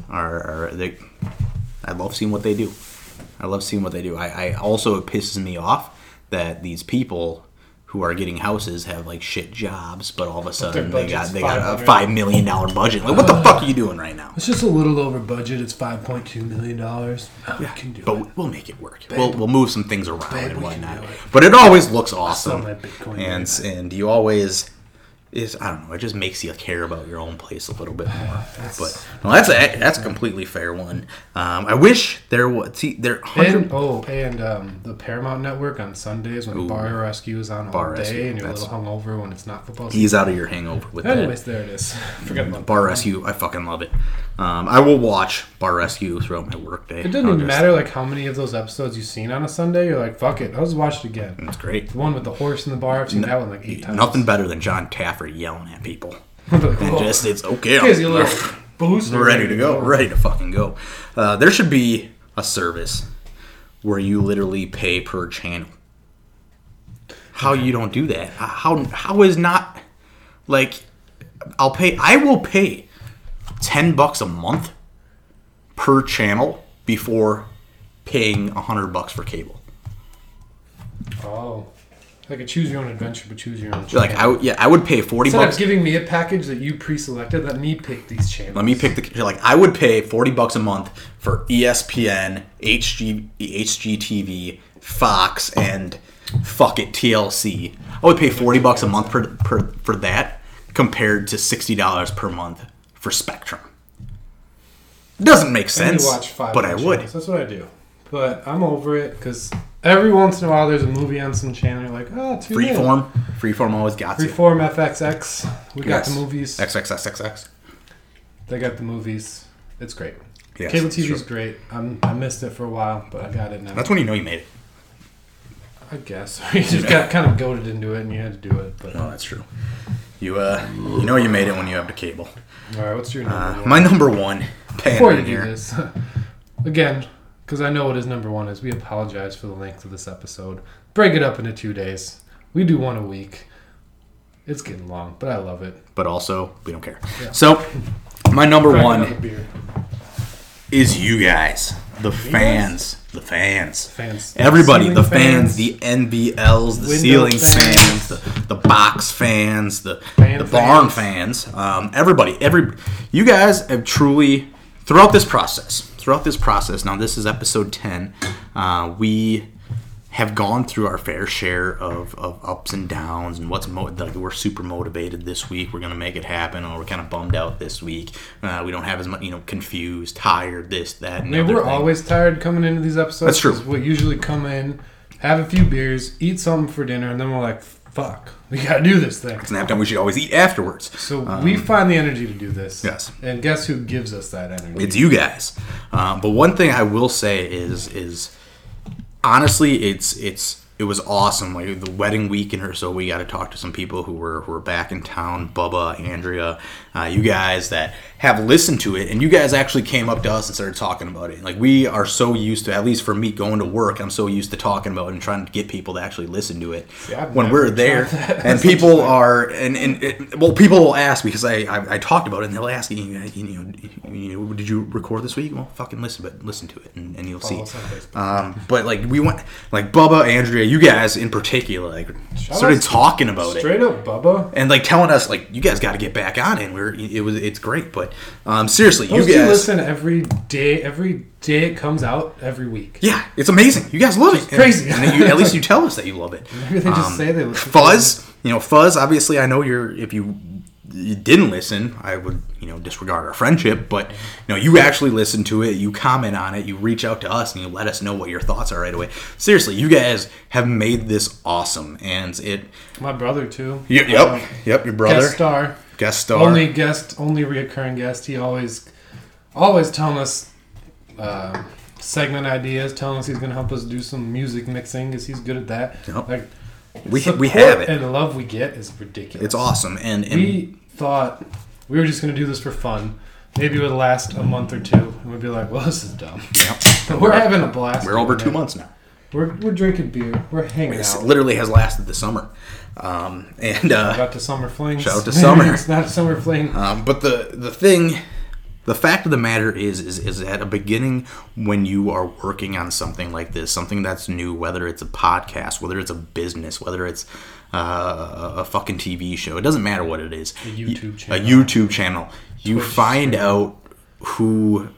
are, are they. I love seeing what they do. I love seeing what they do. I, I also it pisses me off that these people who are getting houses have like shit jobs, but all of a sudden they got
budget's
they got a
500.
five million dollar budget. Like, what the fuck are you doing right now?
It's just a little over budget. It's five point two million dollars. yeah, can do
But we'll make it work. we'll we'll move some things around and
we can
whatnot.
do it.
But it always looks awesome.
my Bitcoin
and
right
and you always is I don't know. It just makes you care about your own place a little bit more. but no, that's a that's a completely fair one. Um, I wish there was see there.
And
100
oh, and um, the Paramount Network on Sundays when Bar Rescue is on
Bar
all day,
Rescue,
and you're a
that's-
little hungover when it's not football season.
He's out of your hangover with that.
Anyways, there it is. Forget about
Bar Rescue, I fucking love it. Um, I will watch Bar Rescue throughout my workday.
It doesn't even matter like how many of those episodes you've seen on a Sunday. You're like, fuck it, I'll just watch it again.
It's great.
The one with the horse in the bar. I've seen that one like eight times.
Nothing better than John Taffer yelling at people.
like,
And
"Whoa."
just it's okay. I'm-
Gives you a little boost.
We're ready to go. Ready to fucking go. Uh, there should be a service where you literally pay per channel. How you don't do that? How how is not like I'll pay I will pay 10 bucks a month per channel before paying 100 bucks for cable.
Oh, like a choose your own adventure, but choose your own.
Like I would- yeah, I would pay 40
Instead
bucks.
of giving me a package that you pre-selected, let me pick these channels.
Let me pick the like. I would pay forty bucks a month for E ESPN, HG, HGTV, Fox, and fuck it TLC. I would pay forty bucks a month per, per for that, compared to sixty dollars per month for Spectrum. Doesn't make
And
sense,
you watch five
but I
more
would.
channels. That's what I do. But I'm over it because every once in a while there's a movie on some channel. You're like, oh, too bad."
Freeform, Freeform always got you.
Freeform FXX. We
Yes.
got the movies.
XXXXX.
They got the movies. It's great.
Yes,
Cable
it's
TV's
true.
great. I'm, I missed it for a while, but I got it now.
That's when you know you made it.
I guess. you just got kind of goaded into it and you had to do it. But
No, that's true. You uh, you know you made it when you have the cable.
all right, what's your number?
Uh,
one?
my number one.
Before you
in
do
here.
this, again, because I know what his number one is, we apologize for the length of this episode. Break it up into two days. We do one a week. It's getting long, but I love it.
but also we don't care. So my number
Crack
one
another beer.
is you guys, the fans, the fans,
Fans.
everybody, the
Ceiling
fans,
fans.
the NBLs, the
Window
ceiling fans,
fans.
the, the box fans, the
Fan
the barn fans, um, everybody, every you guys have truly throughout this process, throughout this process. Now this is episode ten. Uh, we have gone through our fair share of, of ups and downs and what's mo- like we're super motivated this week we're gonna make it happen or we're kind of bummed out this week uh, we don't have as much you know confused tired this that and
I mean,
other
we're
thing.
always tired coming into these episodes.
That's true.
'cause We usually come in, have a few beers, eat something for dinner, and then we're like, fuck, we gotta do this thing.
It's nap time we should always eat afterwards.
So we find the energy to do this.
Um, yes.
And guess who gives us that energy?
It's you guys. Uh, Um, but one thing I will say is is honestly, it's it's it was awesome. Like the wedding weekend or so, we got to talk to some people who were who were back in town. Bubba, Andrea, uh, you guys that have listened to it, and you guys actually came up to us and started talking about it. Like we are so used to, at least for me, going to work, I'm so used to talking about it and trying to get people to actually listen to it.
I've
when
never
we're
tried
there,
that.
and people are, and and it, well, people will ask because I, I I talked about it, and they'll ask you, know, you know, you know, did you record this week? Well, fucking listen, but listen to it, and, and you'll see.
Follow us on Facebook.
Um, but like we went, like Bubba, Andrea, you guys in particular, like
Shout
started
outs to-
talking about it
Straight up, Bubba.
and like telling us like you guys got to get back on it. We're it was it's great, but um, seriously,
Those
you
two
guys,
listen every day. Every day it comes out. Every week.
yeah, it's amazing. You guys love it, And-
crazy.
And, you, at least you tell us that you love it. Um,
Maybe they just say they listen.
Fuzz, you know, Fuzz. Obviously, I know you're. If you, you didn't listen, I would, you know, disregard our friendship. But you know, you actually listen to it. You comment on it. You reach out to us, and you let us know what your thoughts are right away. Seriously, you guys have made this awesome, and it.
My brother too.
Yep,
Uh,
yep, yep. Your brother,
Guest star.
guest star.
Only guest. Only reoccurring guest. He always, always telling us. Uh, segment ideas telling us he's going to help us do some music mixing because he's good at that
Yep.
like
we we
support
have it.
and the love we get is ridiculous
It's awesome, and and
we thought we were just going to do this for fun. Maybe it would last a month or two, and we'd be like, "Well, this is dumb." But we're having a blast.
we're over
doing
two
it.
months now.
We're, we're drinking beer. We're hanging
This
out.
literally has lasted the summer, um, and uh,
Shout out to summer flings.
Shout out to summer.
it's not a summer fling.
Um, but the the thing, the fact of the matter is, is is at a beginning when you are working on something like this, something that's new, whether it's a podcast, whether it's a business, whether it's uh, a fucking TV show, it doesn't matter what it is. A
YouTube
A
channel.
YouTube channel. You find out who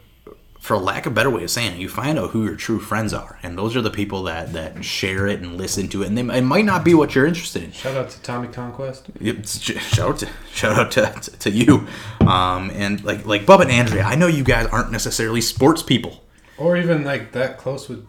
for lack of a better way of saying it, you find out who your true friends are, and those are the people that that share it and listen to it. And they, it might not be what you're interested in.
Shout out to Tommy Conquest.
Yep, it's- shout out to shout out to, to, to you, um, and like like Bub and Andrea. I know you guys aren't necessarily sports people,
Or even like that close with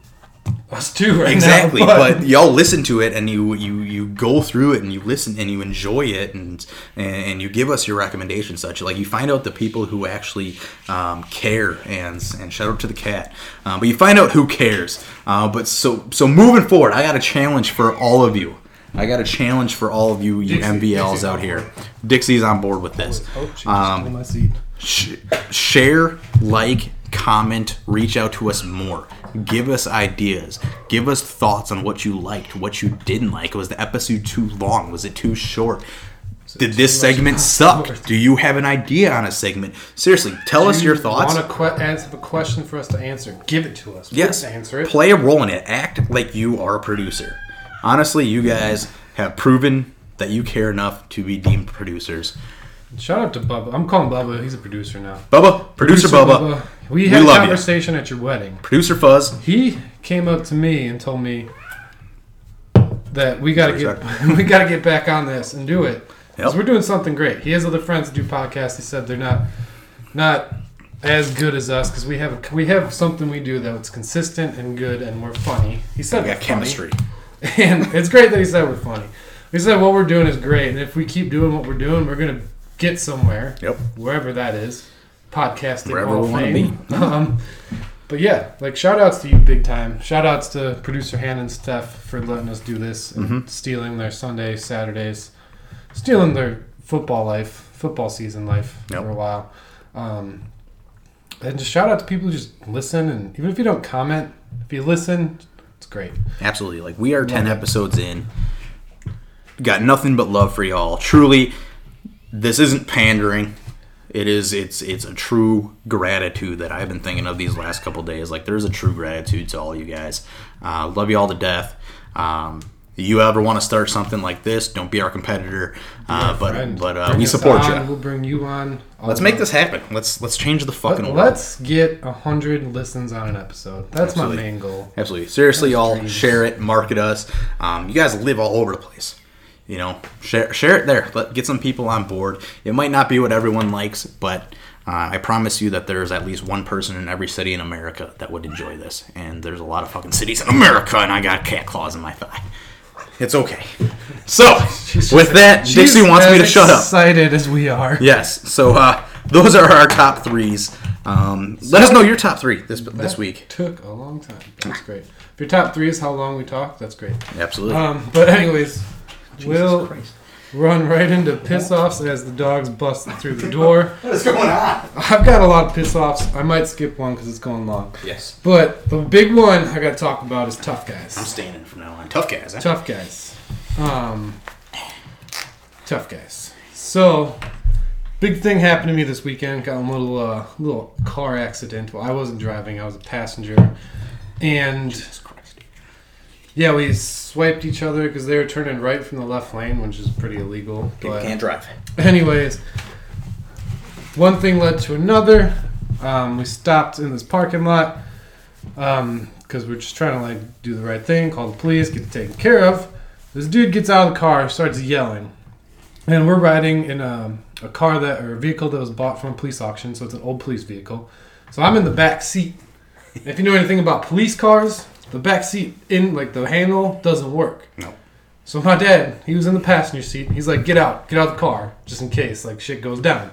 us too right
exactly,
now.
but, y'all listen to it and you you you go through it and you listen and you enjoy it and and you give us your recommendations. Such like you find out the people who actually um, care and and shout out to the cat, um, but you find out who cares. Uh, but so so moving forward, I got a challenge for all of you. I got a challenge for all of you, you MVLs
Dixie, Dixie's
out
on board.
here. Dixie's on board with this.
oh, Jesus,
Um,
pull my seat.
sh- share, like, comment, reach out to us more. Give us ideas. Give us thoughts on what you liked, what you didn't like. Was the episode too long? Was it too short? Did this segment suck? Do you have an idea on a segment? Seriously, tell us your thoughts.
Want to que- ask a question for us to answer? Give it to us.
Yes,
Please answer it.
Play a role in it. Act like you are a producer. Honestly, you guys have proven that you care enough to be deemed producers.
Shout out to Bubba. I'm calling Bubba. He's a producer now.
Bubba, producer, Bubba,
We had a
love you.
conversation at your wedding.
producer Fuzz.
He came up to me and told me that we gotta
Sorry,
get we gotta get back on this and do it. 'Cause
Yep.
we're doing something great. He has other friends that do podcasts. He said they're not not as good as us because we have we have something we do that's consistent and good and we're funny. He said
We
we're
got
funny.
chemistry.
and it's great that he said we're funny. He said what we're doing is great, and if we keep doing what we're doing, we're gonna get somewhere.
Yep.
Wherever that is, podcasting,
Wherever
Hall
we
of
wanna
Fame. um, but yeah, like shout outs to you big time. Shout outs to producer Han and Steph for letting us do this and
Mm-hmm.
stealing their Sunday, Saturdays, stealing their football life, football season life
Yep.
for a while. Um, and just shout out to people who just listen, and even if you don't comment, if you listen, it's great.
Absolutely. Like we are 10 episodes in. Got nothing but love for y'all. Truly, this isn't pandering. It is it's it's a true gratitude that I've been thinking of these last couple days. Like there's a true gratitude to all you guys. Uh, love you all to death. Um you ever want to start something like this, don't be our competitor. Uh, but
friend.
but uh,
Bring
we
us
support
on,
you.
We'll bring you on. I'll-
Let's make this happen. Let's let's change the fucking world.
Let's get a hundred listens on an episode. That's
Absolutely.
my main goal.
Absolutely. Seriously, y'all,
dreams.
share it, market us. Um, you guys live all over the place. You know, share share it there. Let get some people on board. It might not be what everyone likes, but uh, I promise you that there's at least one person in every city in America that would enjoy this. And there's a lot of fucking cities in America, and I got cat claws in my thigh. It's okay. So, with that, Dixie wants me to shut up.
Excited as we are.
Yes. So uh, those are our top threes. Um, let us know your top three this this
That
week.
Took a long time. That's great. If your top three is how long we talk, that's great.
Absolutely.
Um, but anyways,
Jesus
we'll
Christ.
run right into piss offs as the dogs bust through the door.
What is going on?
I've got a lot of piss offs. I might skip one because it's going long.
Yes,
But the big one I got to talk about is tough
I'm
guys.
standing from now on. Tough guys. Huh?
Tough guys. Um, tough guys. So, big thing happened to me this weekend. Got in a little uh, little car accident. Well, I wasn't driving. I was a passenger. And
Jesus Christ.
yeah, we swiped each other because they were turning right from the left lane, which is pretty illegal.
People
but-
can't drive.
Anyways, one thing led to another. Um, we stopped in this parking lot because we're just trying to like do the right thing, call the police, get it taken care of. This dude gets out of the car, starts yelling, and we're riding in a, a car that or a vehicle that was bought from a police auction, so it's an old police vehicle. So I'm in the back seat. If you know anything about police cars, the back seat in like the handle doesn't work.
No.
So my dad, he was in the passenger seat. He's like, "Get out, get out of the car, just in case like shit goes down."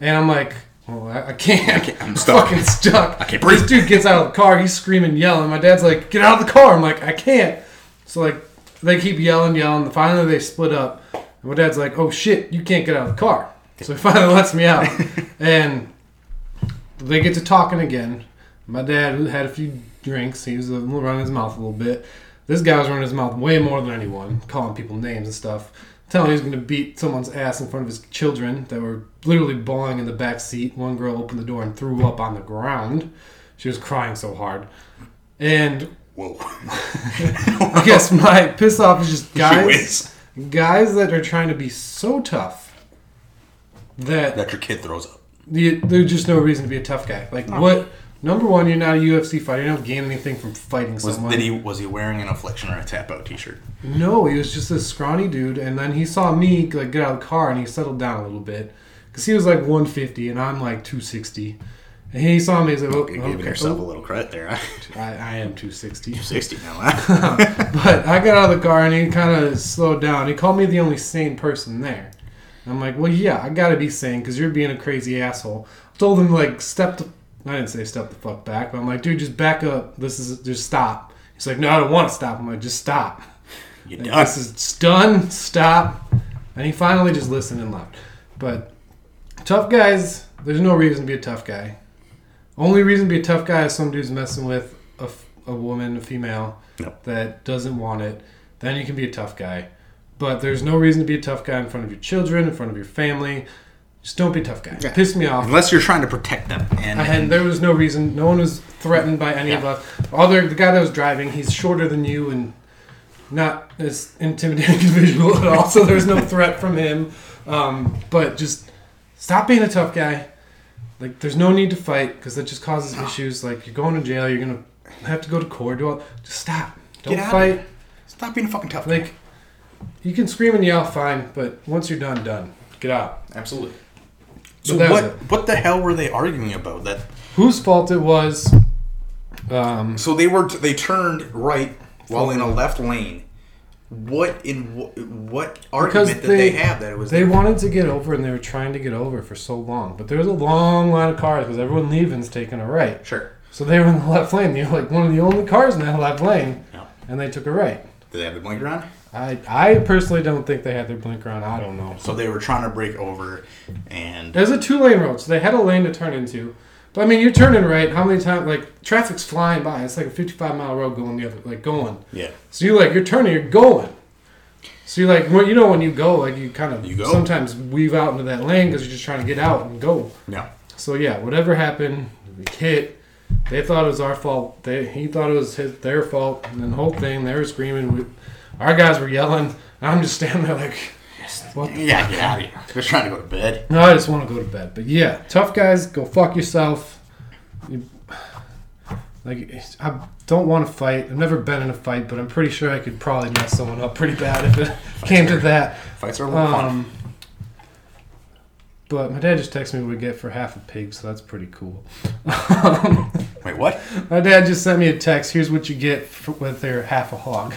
And I'm like, "Well, I, I can't. I
I'm stuck.
fucking stuck.
I can't breathe.
This dude gets out of the car. He's screaming, yelling. My dad's like, "Get out of the car!" I'm like, "I can't." So like, they keep yelling, yelling. Finally, they split up. And my dad's like, "Oh shit, you can't get out of the car." So he finally lets me out, and they get to talking again. My dad, who had a few drinks, he was uh, running his mouth a little bit. This guy was running his mouth way more than anyone, calling people names and stuff, telling he was going to beat someone's ass in front of his children that were literally bawling in the back seat. One girl opened the door and threw up on the ground. She was crying so hard. And
Whoa.
I guess my piss off is just guys,
whiz.
guys that are trying to be so tough that
that your kid throws up.
the, there's just no reason to be a tough guy. Like what? Number one, you're not a UFC fighter. You don't gain anything from fighting
Was
someone.
did he was he wearing an affliction or a tap out T-shirt?
No, he was just this scrawny dude, and then he saw me like get out of the car, and he settled down a little bit because he was like 150, and I'm like 260. And he saw me, he's like, "Oh,
You're giving
okay,
yourself a
oh,
little credit there. Huh?
I, I am 260."
Sixty now. Huh?
But I got out of the car, and he kind of slowed down. He called me the only sane person there. And I'm like, "Well, yeah, I gotta be sane because you're being a crazy asshole." I told him like, "Step the," I didn't say step the fuck back, but I'm like, "Dude, just back up. This is just stop." He's like, "No, I don't want to stop." I'm like, "Just stop."
You
Like,
done?
This is it's done. Stop. And he finally just listened and left. But tough guys, there's no reason to be a tough guy. Only reason to be a tough guy is some dude's messing with a, f- a woman, a female
Yep.
that doesn't want it. Then you can be a tough guy. But there's no reason to be a tough guy in front of your children, in front of your family. Just don't be a tough guy.
Yeah.
Piss me off.
Unless you're trying to protect them. And,
And there was no reason. No one was threatened by any of
Yeah.
us. Other the guy that was driving, he's shorter than you and not as intimidating visual at all. So there was no threat from him. Um, but just stop being a tough guy. Like there's no need to fight because that just causes
Ah.
issues. Like you're going to jail. You're gonna have to go to court. Do all, just stop. Don't
Get out of
fight.
it. stop being a fucking tough.
Like you can scream and yell, fine. But once you're done, done. Get out.
absolutely. So
But that was
what
it.
what the hell were they arguing about? That
Whose fault it was? Um,
so they were they turned right while in a left lane. What in what, what
Because
argument did they have that it was
they
their-
wanted to get over and they were trying to get over for so long, but there was a long line of cars because everyone leaving's taking a right.
sure?
So they were in the left lane. They were like one of the only cars in that left lane,
No.
and they took a right.
Did they have the blinker on?
I I personally don't think they had their blinker on. I don't know.
So they were trying to break over, and
There's a two lane road, so they had a lane to turn into. But I mean, you're turning right. How many times? Like traffic's flying by. It's like a 55 mile road going the other, like going.
yeah,
So you like you're turning, you're going. So you like well, you know when you go, like you kind of
You go.
sometimes weave out into that lane because you're just trying to get out and go.
no,
So yeah, whatever happened, we hit. They thought it was our fault. They he thought it was his, their fault, and then the whole thing they were screaming. We, our guys were yelling. I'm just standing there like, what the
yeah, get out of here. They're trying to go to bed.
no, I just want to go to bed. But yeah, tough guys, go fuck yourself. You- Like, I don't want to fight. I've never been in a fight, but I'm pretty sure I could probably mess someone up pretty bad if it came to that.
Fights are a little fun.
Um, but my dad just texted me what we get for half a pig, so that's pretty cool. Um,
Wait, what?
My dad just sent me a text. Here's what you get for, with their half a hog.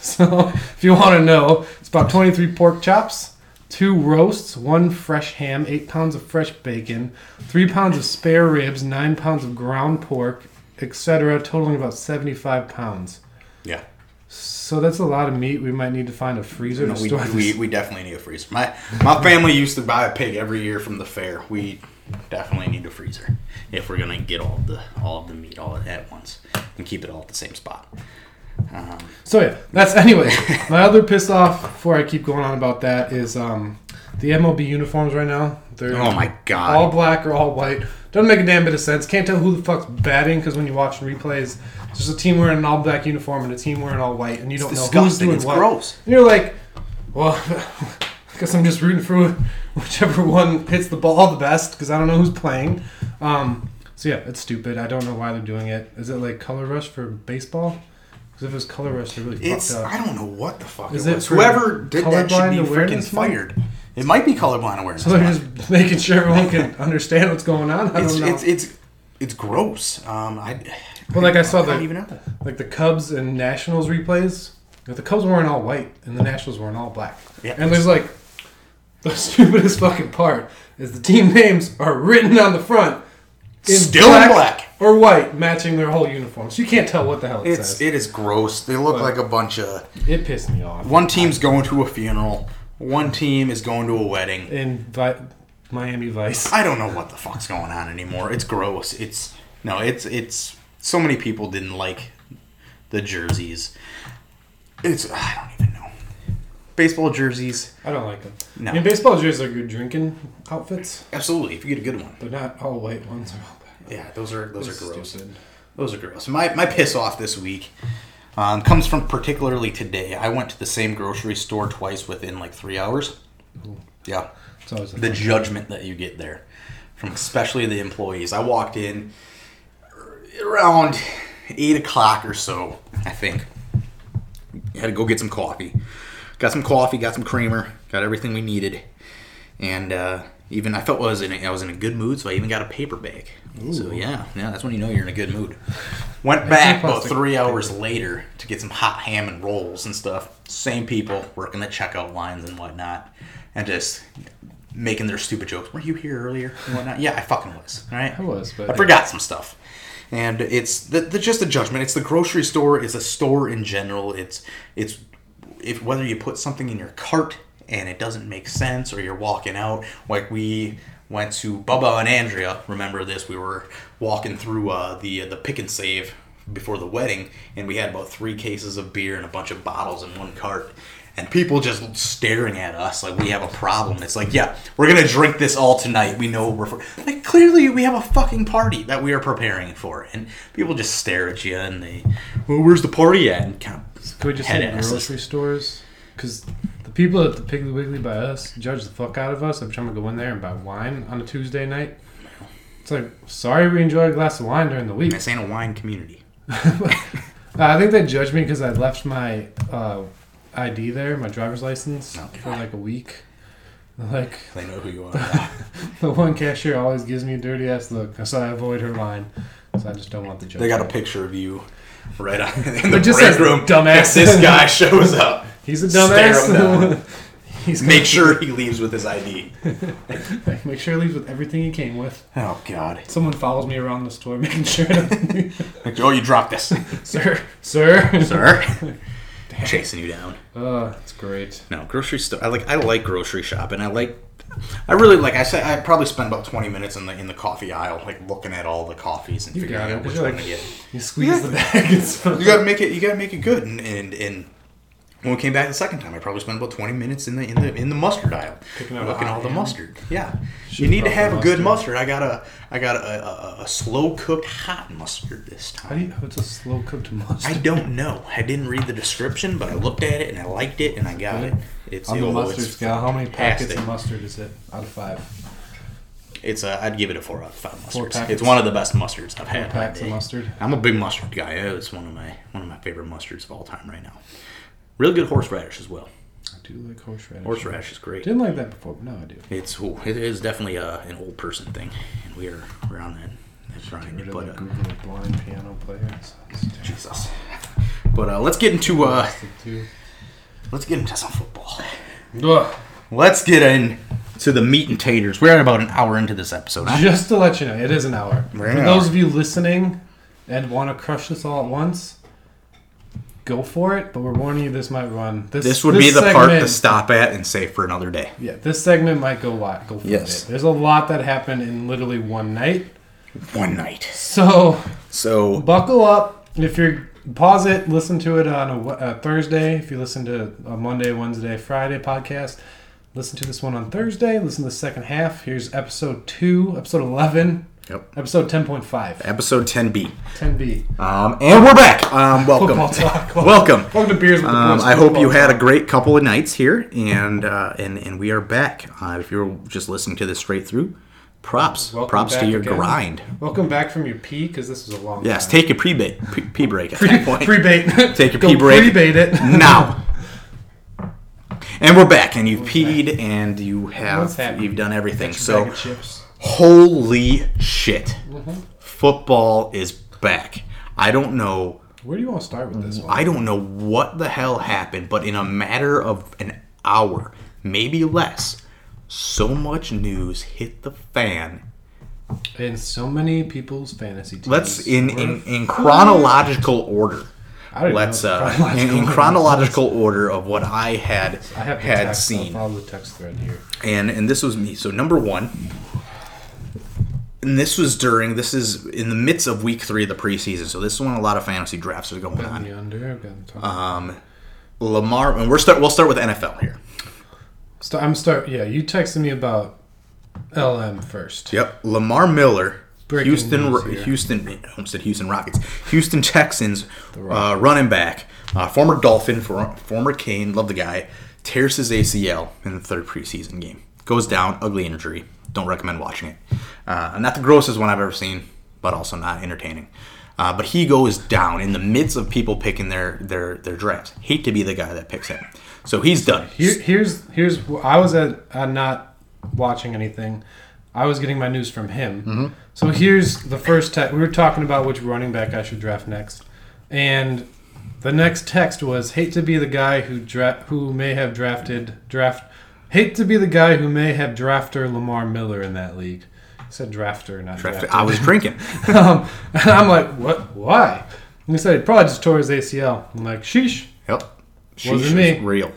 So if you want to know, it's about 23 pork chops, two roasts, one fresh ham, eight pounds of fresh bacon, three pounds of spare ribs, nine pounds of ground pork, etc., totaling about 75 pounds.
Yeah.
So that's a lot of meat. We might need to find a freezer
No,
to
we,
store this.
we, we definitely need a freezer. My my family used to buy a pig every year from the fair. We definitely need a freezer if we're gonna get all of the all of the meat all at once and keep it all at the same spot. Um,
So yeah, that's anyway. my other piss off before I keep going on about that is um, the MLB uniforms right now. They're
oh my god!
all black or all white. Doesn't make a damn bit of sense. Can't tell who the fuck's batting because when you watch replays, there's just a team wearing an all black uniform and a team wearing all white, and you don't know who's
disgusting.
doing
It's
what.
gross.
And you're like, well, I guess I'm just rooting for whichever one hits the ball the best because I don't know who's playing. Um, so yeah, it's stupid. I don't know why they're doing it. Is it like color rush for baseball? Because if it was color rush, they're really
It's
fucked up.
I don't know what the fuck
Is
it
it
was.
for
Whoever did that should
colorblind
be freaking
awareness month?
fired. It might be colorblind awareness.
So they're
month.
just making sure everyone can understand what's going on. I
it's,
don't know.
it's it's it's gross. Um, I.
Well, like I saw
don't
the-
even know.
like the Cubs and Nationals replays. If the Cubs weren't all white and the Nationals weren't all black,
Yeah.
and there's like the stupidest fucking part is the team names are written on the front
Still in black.
or white, matching their whole uniforms. You can't tell what the hell it
It's
says.
it is gross. They look
But-
like a bunch of
It pissed me off.
one team's going to a funeral, one team is going to a wedding.
in Vi- Miami Vice.
I don't know what the fuck's going on anymore. It's gross. It's no, it's it's so many people didn't like the jerseys. It's I don't even know. Baseball jerseys,
I don't like them.
No.
I mean, baseball jerseys are good drinking outfits.
absolutely. If you get a good one,
They're not all white ones. They're all black.
yeah, those are those
It's
are gross.
stupid.
Those are gross. My my piss off this week um, comes from particularly today. I went to the same grocery store twice within like three hours. Yeah.
It's always a
the judgment that you get there from especially the employees. I walked in around eight o'clock or so, I think. had to go get some coffee. Got some coffee, got some creamer, got everything we needed, and uh, even I felt I was in a, I was in a good mood, so I even got a paper bag. So yeah, yeah, that's when you know you're in a good mood. Went back about
plastic
three hours later to get some hot ham and rolls and stuff. Same people working the checkout lines and whatnot, and just making their stupid jokes. Were you here earlier and whatnot? Yeah, I fucking was. All right,
I was, but
I forgot some stuff. And it's the, the just a judgment. It's the grocery store. It's a store in general. It's it's if whether you put something in your cart and it doesn't make sense, or you're walking out like we went to Bubba and Andrea. Remember this? We were walking through uh, the the pick and save before the wedding, and we had about three cases of beer and a bunch of bottles in one cart. And people just staring at us like we have a problem. It's like, yeah, we're gonna drink this all tonight. We know what we're for. Like clearly we have a fucking party that we are preparing for, and people just stare at you and they, well, where's the party at? And kind of
Could we just
head
say
asses.
grocery stores? Because the people at the Piggly Wiggly by us judge the fuck out of us every time we go in there and buy wine on a Tuesday night. It's like, sorry we enjoy a glass of wine during the week.
This ain't a wine community.
Uh, I think they judged me because I left my uh, ID there, my driver's license,
Oh,
for
God.
like a week. Like,
They know who you are.
the one cashier always gives me a dirty ass look, so I avoid her line. So I just don't want the joke.
they got a picture of you right on, in the
It just
break
says,
room.
"Dumbass."
If This guy shows up.
He's a
Stare him down.
dumbass. He's
Make sure he leaves with his ID.
gonna, make sure he leaves with everything he came with.
Oh God!
Someone follows me around the store making sure. to-
Like, oh, you dropped this,
sir, sir,
sir. Chasing you down.
Oh, that's great.
No, grocery store. I like I like grocery shopping. I like I really like I said I probably spend about 20 minutes in the in the coffee aisle like looking at all the coffees and
You
figuring
got
out
it.
which
You're
one
like-
to get.
You squeeze the bag. It's
You got to make it you got to make it good and, and and when we came back the second time I probably spent about 20 minutes in the in the in the mustard aisle
Picking out a
looking at
hot
all the
ham.
mustard. Yeah. you
Should've
need to
brought the
have a good
mustard.
mustard. I got a I got a a, a, a slow cooked hot mustard this time.
How do you, oh, it's a slow cooked
I
mustard.
don't know. I didn't read the description, but I looked at it and I liked it and I got it. It's
On the
oh,
mustard
it's
scale, how many packets
fantastic.
of mustard is it out of five?
It's a, I'd give it a four out of five
Four
mustards.
packets.
It's one of the best mustards I've
Four
had.
packs of
all day.
mustard.
I'm a big mustard guy. It's one of my one of my favorite mustards of all time right now. Really good horseradish as well.
I do like horseradish.
Horseradish is great.
Didn't like that before, but now I do.
It's ooh, it is definitely a, an old person thing, and we are we're on that that grind.
Get rid
But
of the
uh,
Google blind piano player. It sounds terrible.
Jesus. But uh, let's get into uh,
Stick to-
let's get into some football.
Ugh.
let's get in to the meat and taters. We're at about an hour into this episode. I-
Just to let you know, it is an hour.
Right
For
now.
those of you listening and want to crush this all at once, go for it. But we're warning you, this might run.
This would be the part to
segment-
stop at and save for another day.
Yeah, this segment might go lot. Go for
Yes.
it. There's a lot that happened in literally one night.
One night.
So
So
buckle up. If you're pause it, listen to it on a, Wed- a Thursday. If you listen to a Monday, Wednesday, Friday podcast, listen to this one on Thursday. Listen to the second half. Here's episode two, episode eleven,
Yep.
episode ten point five.
Episode 10B.
10B.
Um, and we're back. Um, welcome.
Football talk.
Welcome.
Welcome to Beers with the
Um,
Boys.
I hope you
Football
had a
talk.
great couple of nights here, and uh, and and we are back. Uh, if you're just listening to this straight through, props,
Welcome
props to
back
your
again.
grind.
Welcome back from your pee, because this was a long
Yes,
time.
take a pre bait, pre break at that point.
Pre-bait.
Take your
Go
pee break.
Pre-bait it.
now. And we're back, and you've peed, and you have
What's happening?
you've done everything.
So.
So holy shit,
Mm-hmm.
football is back. I don't know.
Where do you want to start with this one?
Mm, I don't know what the hell happened, but in a matter of an hour, maybe less, so much news hit the fan.
In so many people's fantasy teams.
Let's in in, in chronological order.
I don't even
Let's
know
uh,
if chronological
in, in
order.
chronological order of what I had
I have the
had
text. I'll
seen.
follow the text thread here.
and and this was me. So number one, and this was during this is in the midst of week three of the preseason. So this is when a lot of fantasy drafts are going
Got
on.
the under. I've got the top.
Uh-huh. Lamar, and we're start. We'll start with NFL here.
so I'm start. Yeah, you texted me about LM first.
Yep, Lamar Miller,
Breaking
Houston,
news
Ro-
here.
Houston, I almost said Houston Rockets, Houston Texans uh, running back, uh, former Dolphin, for, former Kane, love the guy, tears his ACL in the third preseason game, goes down, ugly injury. Don't recommend watching it. Uh, not the grossest one I've ever seen, but also not entertaining. Uh, but he goes down in the midst of people picking their their their drafts. Hate to be the guy that picks him, so he's done.
Here, here's here's wh- I was at uh, not watching anything. I was getting my news from him. So here's the first text. We were talking about which running back I should draft next, and the next text was hate to be the guy who dra- who may have drafted draft hate to be the guy who may have drafter Lamar Miller in that league. I said drafter, not
Draft-
drafted.
I was drinking.
um, and I'm like, what? Why? And he said he probably just tore his ACL. I'm like, sheesh.
Yep,
Wasn't
Sheesh,
me.
Real.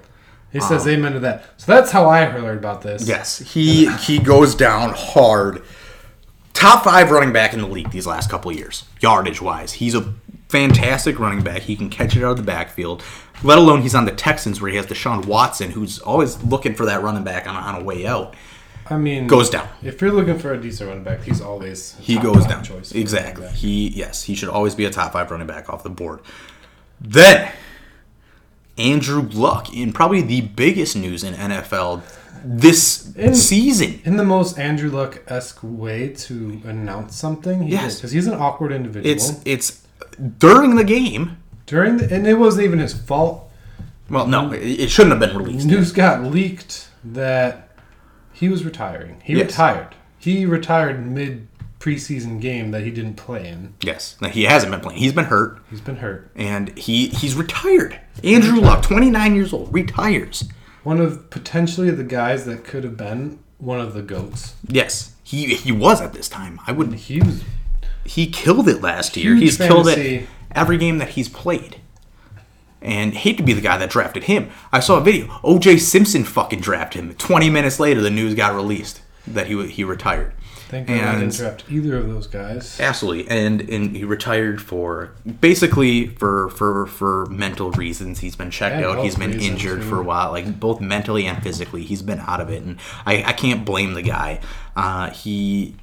He says amen to that. So that's how I heard about this.
Yes, he he goes down hard. Top five running back in the league these last couple of years, yardage wise. He's a fantastic running back. He can catch it out of the backfield. Let alone he's on the Texans where he has Deshaun Watson, who's always looking for that running back on a, on a way out.
I mean,
Goes down.
If you're looking for a decent running back, he's always a
He
top
goes
five
down.
Choice for
Exactly.
running back.
He yes, he should always be a top five running back off the board. Then Andrew Luck in probably the biggest news in NFL this
In-
season.
In the most Andrew Luck esque way to announce something, he
Yes.
because he's an awkward individual.
It's it's during the game.
during the, and it wasn't even his fault.
Well,
Mm-hmm.
no, it it shouldn't have been released.
News got leaked that he was retiring. He
Yes.
retired. He retired mid preseason game that he didn't play in.
Yes, No, he hasn't been playing. He's been hurt,
He's been hurt.
and he he's retired. Andrew Luck, 29 years old, retires.
One of potentially the guys that could have been one of the goats.
Yes, he he was at this time. I would
He was
he killed it last year.
Huge
he's killed it
fantasy.
every game that he's played. And hate to be the guy that drafted him. I saw a video. O.J. Simpson fucking drafted him. 20 minutes later, the news got released that he wa- he retired.
Thank God I
And-
didn't draft either of those guys.
Absolutely, and and he retired for basically for for for mental reasons. He's been checked
Yeah,
out. He's
health
been
reasons,
injured
yeah.
for a while, like both mentally and physically. He's been out of it, and I I can't blame the guy. Uh, he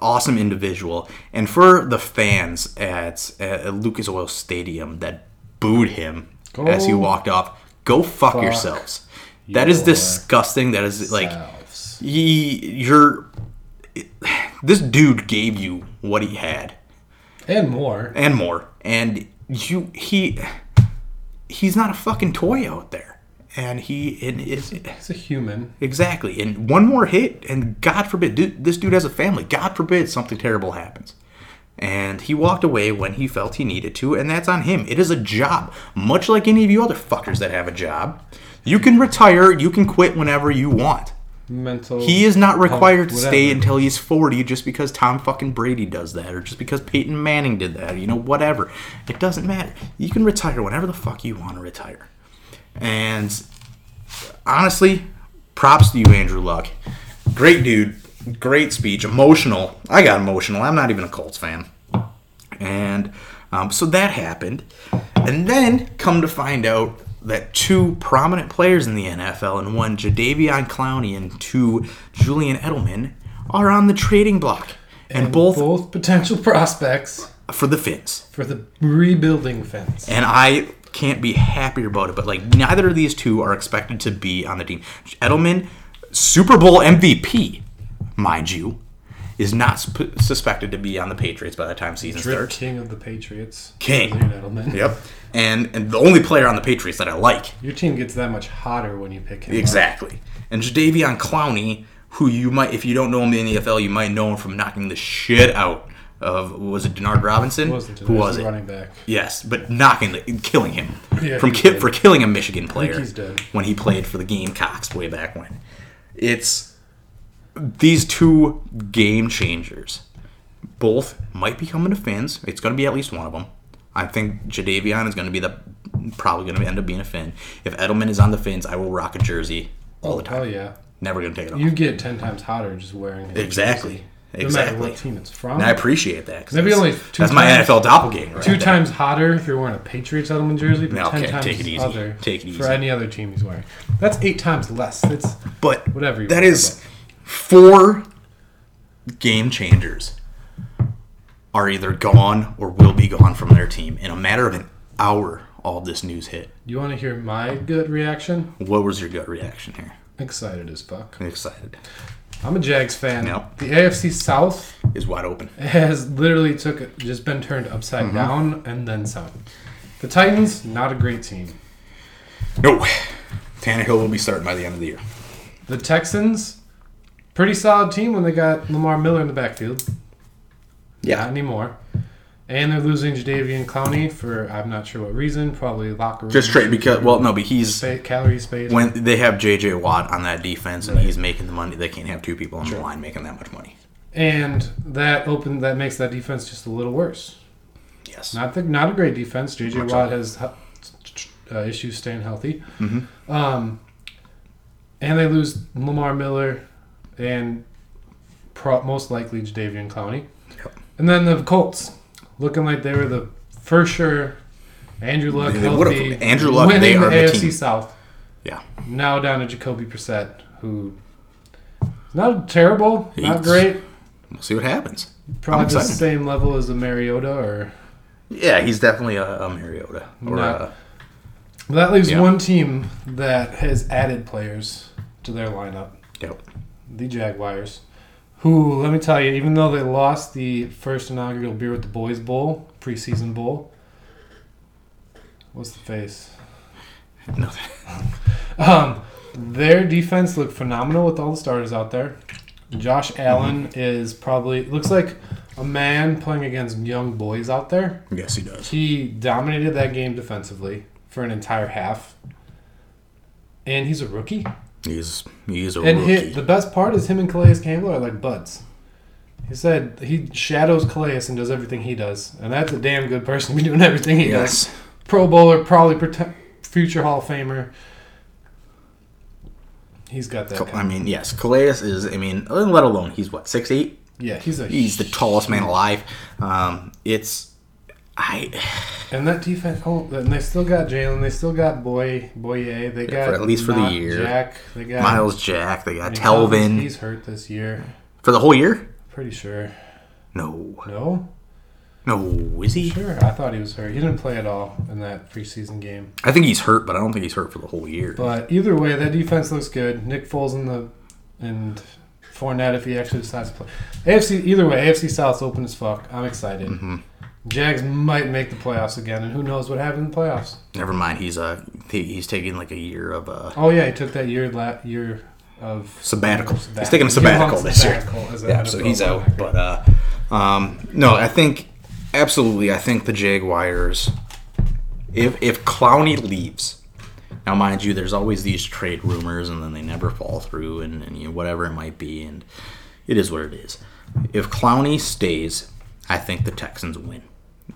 awesome individual, and for the fans at, at Lucas Oil Stadium that booed him as he
Go
walked off. Go fuck,
fuck
yourselves. That is
your
disgusting. That is like
Salves.
he you're. This dude gave you what he had
and more.
and more. And you, he, he's not a fucking toy out there. And he and is
He's a human.
exactly. And one more hit, and God forbid, dude, this dude has a family. God forbid something terrible happens. And he walked away when he felt he needed to, and that's on him. It is a job, much like any of you other fuckers that have a job. You can retire, you can quit whenever you want.
mental.
He is not required to stay
whatever.
until he's 40 just because Tom fucking Brady does that or just because Peyton Manning did that, you know, whatever. It doesn't matter. You can retire whenever the fuck you want to retire. And honestly, props to you, Andrew Luck. Great dude. Great speech. Emotional. I got emotional. I'm not even a Colts fan. And um, so that happened. And then come to find out that two prominent players in the NFL, and one Jadavion Clowney and two Julian Edelman, are on the trading block. And, both,
both potential prospects
for the Finns.
for the rebuilding fence.
And I can't be happier about it, but like neither of these two are expected to be on the team. Edelman, Super Bowl MVP, mind you, is not sp- suspected to be on the Patriots by the time season
Drip
starts.
king of the Patriots.
King.
Julian Edelman.
Yep. And and the only player on the Patriots that I like.
Your team gets that much hotter when you pick him. up.
Exactly. And Jadavion Clowney, who you might if you don't know him in the NFL, you might know him from knocking the shit out of was it Denard Robinson?
Who was it?
who was
the
it?
Running back.
Yes, but knocking the killing him.
Yeah,
from
he's
ki-
dead.
for killing a Michigan player
he's dead.
when he played for the Gamecocks way back when. It's these two game changers. Both might be coming to Finns. It's going to be at least one of them. I think Jadavion is going to be the probably going to end up being a Finn. If Edelman is on the Finns, I will rock a jersey all the
Oh
time.
yeah.
Never going to take it off.
You get ten times hotter just wearing his
exactly.
jersey, No matter
Exactly.
what team it's from.
And I appreciate that. 'cause
Maybe
that's-
only two
That's my
times-
NFL doppelganger. right
Two
there.
times hotter if you're wearing a Patriots Edelman jersey, but
No,
ten
okay,
times
take it easy.
other
Take it
for
easy.
any other team he's wearing. That's eight times less. That's
But
Whatever you
that
want,
is four game changers are either gone or will be gone from their team in a matter of an hour. All this news hit.
you want to hear my gut reaction?
What was your gut reaction here?
Excited as fuck.
I'm excited.
I'm a Jags fan.
No.
The AFC South
Is wide open.
has literally took just been turned upside
Mm-hmm.
down and then some. The Titans, not a great team.
No. Tannehill will be starting by the end of the year.
The Texans, pretty solid team when they got Lamar Miller in the backfield. Not anymore. And they're losing Jadavian Clowney for I'm not sure what reason, probably locker room.
Just trade because well no, but he's
space, calorie space.
when they have JJ Watt on that defense and he's making the money, they can't have two people on the line making that much money.
and that open that makes that defense just a little worse.
Yes.
Not the, not a great defense. JJ
Much
Watt has he- uh, issues staying healthy.
Mm-hmm.
Um, and they lose Lamar Miller and pro- most likely Jadavian Clowney.
Yep.
And then the Colts looking like they were the for sure Andrew Luck
They would've-
healthy.
Andrew Luck,
winning
they
the
are the
AFC
team.
South.
Yeah.
Now down to Jacoby Brissett, who not terrible, not
He's-
great.
We'll see what happens.
Probably the
excited.
same level as a Mariota or
Yeah, he's definitely a, a Mariota or
No.
a
Well, that leaves
Yeah.
one team that has added players to their lineup,
Yep.
the Jaguars, who, let me tell you, even though they lost the first inaugural Beer with the Boys Bowl, preseason bowl, what's the face?
Nothing.
Um, their defense looked phenomenal with all the starters out there. Josh
Mm-hmm.
Allen is probably looks like a man playing against young boys out there.
Yes, he does.
He dominated that game defensively for an entire half. And he's a rookie.
He's he's a
and
rookie.
hi the best part is him and Calais Campbell are like buds. He said he shadows Calais and does everything he does. And that's a damn good person to be doing everything he does.
yes,
Pro Bowler, probably prote- future Hall of Famer. He's got that.
Cal- I
Kind
mean yes. Calais is. I mean, let alone he's what six eight.
yeah, he's a.
He's the tallest man alive. Um, it's I
And that defense, oh, and they still got Jalen. They still got Boy Boyer. They got
for at least for the
not
year.
Jack. They got
Miles Jack. They got
And
Telvin
He's hurt this year.
for the whole year.
Pretty sure.
No,
No?
no, is he?
Sure. I thought he was hurt. He didn't play at all in that preseason game.
I think he's hurt, but I don't think he's hurt for the whole year.
But either way, that defense looks good. Nick Foles in the and Fournette if he actually decides to play. AFC either way, AFC South's open as fuck. I'm excited.
Mm-hmm.
Jags might make the playoffs again, and who knows what happened in the playoffs.
Never mind. He's uh he, he's taking like a year of uh
Oh yeah, he took that year la- year of
sabbatical.
Sabbat-
He's taking a
year-long
sabbatical this year.
sabbatical as an
Yeah, so
NFL
he's out.
linebacker.
But uh, um, no, I think absolutely. I think the Jaguars, if if Clowney leaves, Now, mind you, there's always these trade rumors, and then they never fall through, and, and you know, whatever it might be, and it is what it is. If Clowney stays, I think the Texans win,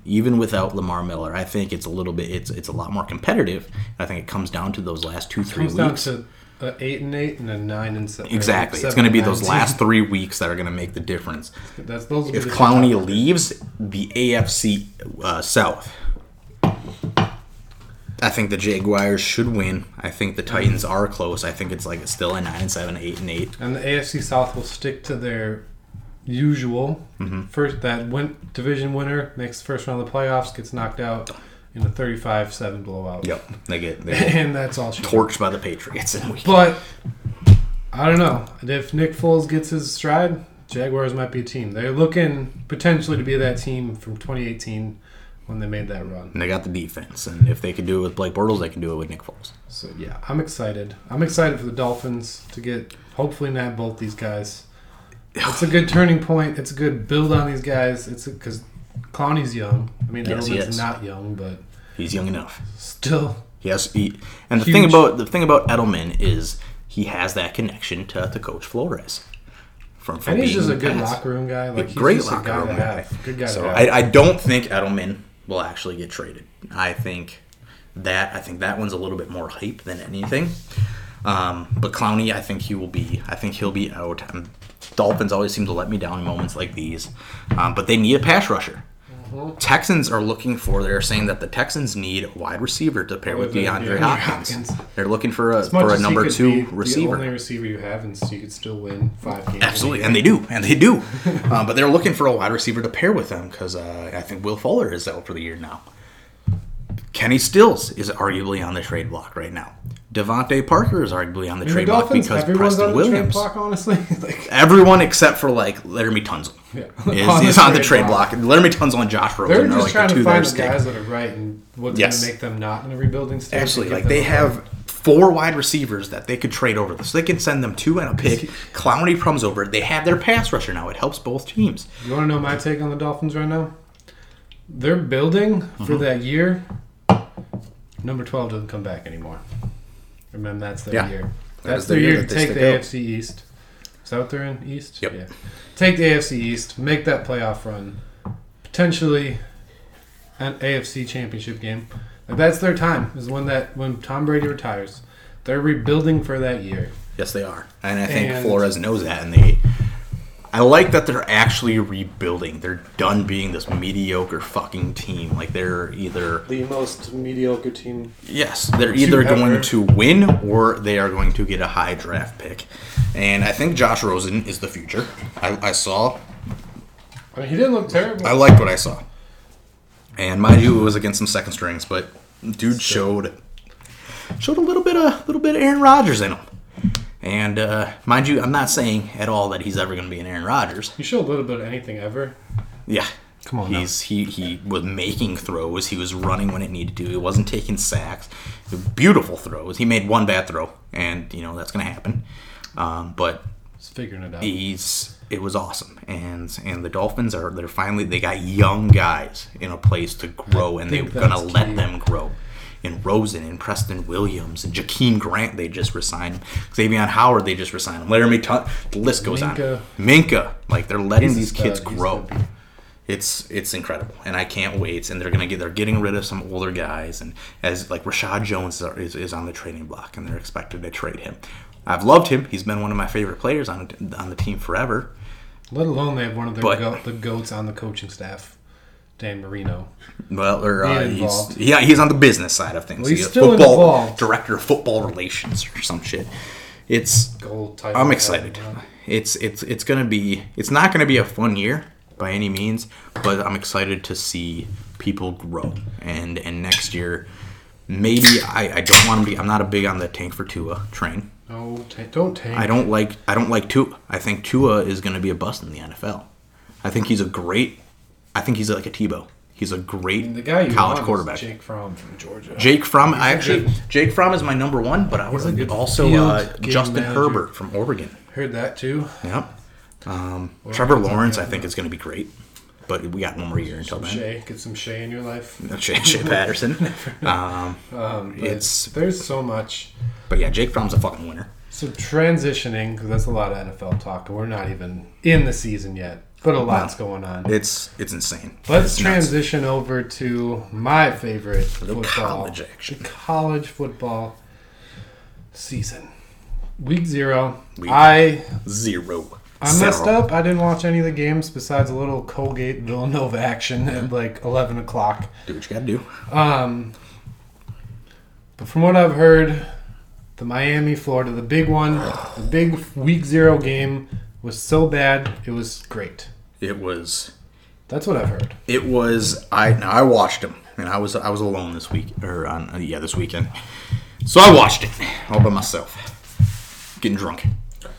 even without Lamar Miller. I think it's a little bit, it's it's a lot more competitive. I think it comes down to those last two, three
comes down
weeks.
to a eight and eight and a nine and seven.
exactly, it's going to be those last three weeks that are going to make the difference.
That's those. will be
If
the two
Clowney
top-
leaves the AFC uh, South, I think the Jaguars should win. I think the Titans are close. I think it's like it's still a nine and seven, eight and eight.
and the AFC South will stick to their usual first that win division winner makes the first round of the playoffs gets knocked out in a 35-7 blowout.
Yep, they get they get
and that's all she.
torched by the Patriots in week.
But I don't know. And if Nick Foles gets his stride, Jaguars might be a team. They're looking potentially to be that team from 2018 when they made that run.
And they got the defense, and if they could do it with Blake Bortles, they can do it with Nick Foles.
So yeah, I'm excited. I'm excited for the Dolphins to get hopefully not both these guys. It's a good turning point. It's a good build on these guys. It's because Clowney's young. I mean,
Yes, he
Edelman's
is.
not young, but
He's young enough.
still,
Yes, he, and the thing
Huge.
about the thing about Edelman is he has that connection to, to Coach Flores. From, from
and he's
being
just a
in
good
the past.
locker room guy. Like he's
great
just a
locker
guy
room
to
guy.
have. Good guy.
So
to have.
I, I don't think Edelman will actually get traded. I think that I think that one's a little bit more hype than anything. Um, but Clowney, I think he will be. I think he'll be out. Um, Dolphins always seem to let me down in moments like these, um, but they need a pass rusher.
Mm-hmm.
Texans are looking for. They're saying that the Texans need a wide receiver to pair with
With, uh,
DeAndre
DeAndre
Hopkins.
Hopkins.
They're looking for a
As much
for a
as he
number
could be
two
The only
receiver.
receiver you have, and so you could still win five games.
Absolutely, and they do, and they do. um, but they're looking for a wide receiver to pair with them because uh, I think Will Fuller is out for the year now. Kenny Stills is arguably on the trade block right now. Devontae Parker is arguably on the
And the
trade block
Dolphins,
because
everyone's
Preston
on the trade
Williams.
block, honestly. like,
Everyone except for like Laramie Tunzel
Yeah.
is on, is the, on the trade block. Laramie Tunzel and Josh Rosen
They're
are
just
like
trying
the two
to
that are
find the
sticking.
guys that are right and what's
Yes.
going to make them not in a rebuilding stage. and
Absolutely.
give
Like
them
they
a-
have four wide receivers that they could trade over. So they can send them two and a pick. Clowney comes over. They have their pass rusher now. It helps both teams.
You want to know my take on the Dolphins right now? They're building
Mm-hmm.
for that year. Number 12 doesn't come back anymore. Remember, that's their
Yeah.
year.
That
That's
is their
their
year
year to
that they
take the
stick out.
AFC East. Is that what they're in? East?
Yep.
Yeah. Take the AFC East, make that playoff run, potentially an AFC championship game. Like, that's their time, is when that when Tom Brady retires. They're rebuilding for that year.
Yes, they are, and I think
And-
Flores knows that. And they, I like that they're actually rebuilding. They're done being this mediocre fucking team. Like they're either
The most mediocre team
yes, they're either
ever.
going to win or they are going to get a high draft pick. And I think Josh Rosen is the future. I, I saw,
I mean, he didn't look terrible.
I liked what I saw. And mind you, it was against some second strings, but dude showed showed a little bit of little bit of Aaron Rodgers in him. And uh, mind you, I'm not saying at all that he's ever going to be an Aaron Rodgers.
you show a little bit of anything ever.
Yeah.
Come on now.
He's he he was making throws. He was running when it needed to. He wasn't taking sacks. Beautiful throws. He made one bad throw, and you know that's gonna happen. Um, but
He's figuring it out.
E. he's it was awesome, and and the Dolphins are they're finally they got young guys in a place to grow, and they're
think
gonna
that's
let
key.
them grow. And Rosen and Preston Williams and Jakeem Grant, they just resigned. Xavier Howard, they just resigned. Laramie, Tun- the list goes
Minka.
on. Minka, like they're letting
He's a
these kids
stud. He's
grow
gonna be-
it's it's incredible, and I can't wait. And they're gonna get they're getting rid of some older guys, and as like Rashad Jones is, is, is on the trading block, and they're expected to trade him. I've loved him. He's been one of my favorite players on on the team forever.
Let alone they have one of their
But-
go- the goats on the coaching staff, Dan Marino.
Well, or uh,
Being
he's
involved.
yeah, he's on the business side of things.
he's
a
still
football
involved.
director of football relations or some shit. It's
Gold title.
I'm excited. It's it's it's gonna be it's not gonna be a fun year by any means, but I'm excited to see people grow and and next year maybe I, I don't want to be I'm not a big on the tank for Tua train.
No, ta- don't tank.
I don't like I don't like Tua. I think Tua is gonna be a bust in the NFL. I think he's a great. I think he's like a Tebow. He's a great
The guy you
college
want is
quarterback. Jake,
Jake Fromm from Georgia.
Fromm. I actually
good-
Jake Fromm is my number one, but I was
good
also
field
uh,
game
Justin
manager.
Herbert from Oregon.
Heard that too.
Yep. Um, Trevor Lawrence, I think, is going to be great. but we got one more year until then.
Shay, get some Shay in your life.
No, Shea, Shea Patterson. Um,
Um, but
It's-
there's so much.
but yeah, Jake Fromm's a fucking winner.
So transitioning, because that's a lot of NFL talk, and we're not even in the season yet, but a lot's going on.
It's it's insane.
Let's
It's nuts.
transition over to my favorite football,
college action.
college football season. Week zero.
Week-
I
Zero.
I messed
Zero.
up. I didn't watch any of the games besides a little Colgate Villanova action at like eleven o'clock.
Do what you gotta do.
Um, but from what I've heard, the Miami, Florida, the big one, the big week zero game was so bad it was great.
It was
That's what I've heard.
It was I. now, I watched him, and I was I was alone this week, or on uh, yeah this weekend. So I watched it all by myself, getting drunk.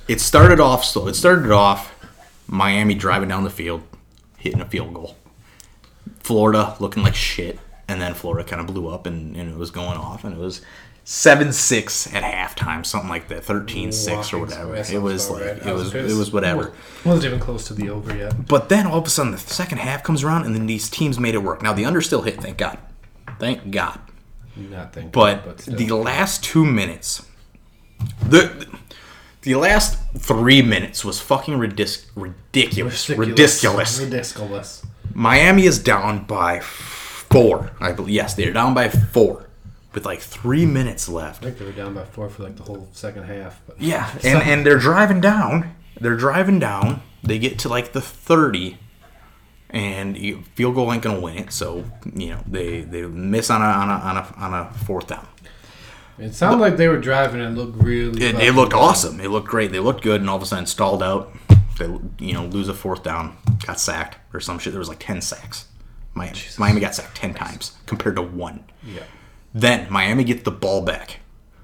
It started off slow. It started off Miami driving down the field, hitting a field goal. Florida looking like shit, and then Florida kind of blew up, and, and it was going off, and it was seven six at halftime, something like that, 13-6 or
Walking
whatever.
square,
It was
sounds
like
about right.
it
I was
was it
pissed.
was whatever.
Wasn't even close to the over yet.
But then all of a sudden, the second half comes around, and then these teams made it work. Now the under still hit, thank God, thank God.
Nothing.
But,
still.
the last two minutes, the the last three minutes was fucking ridis- ridiculous, ridiculous.
Ridiculous.
Miami is down by four, I believe. Yes, they're down by four, with like three minutes left.
I think they were down by four for like the whole second half. But
Yeah, and, and they're driving down. They're driving down. They get to like the thirty, and you, field goal ain't gonna win it. So you know they, they miss on a on a on a, on a fourth down.
it sounded like they were driving and it looked really.
It, it
fucking
looked
good.
awesome. It looked great. They looked good, and all of a sudden stalled out. They you know lose a fourth down, got sacked or some shit. There was like ten sacks. Miami, Miami got sacked ten times compared to one.
Yeah.
Then Miami gets the ball back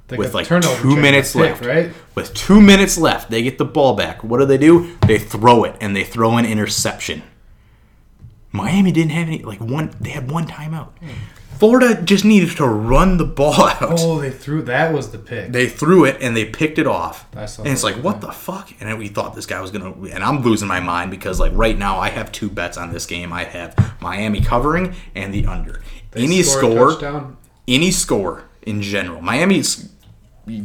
They
with
got
like
turnover
two
trap,
minutes
pick,
left.
right?
With two minutes left, they get the ball back. What do they do? They throw it and they throw an interception. Miami didn't have any like one. They had one timeout.
Hmm.
Florida just needed to run the ball out.
Oh, they threw. That was the pick.
They threw it and they picked it off.
I saw
And it's
that.
like, what the fuck? And we thought this guy was gonna. And I'm losing my mind because like right now I have two bets on this game. I have Miami covering and the under. any
scored a
score
touchdown.
any score in general. Miami's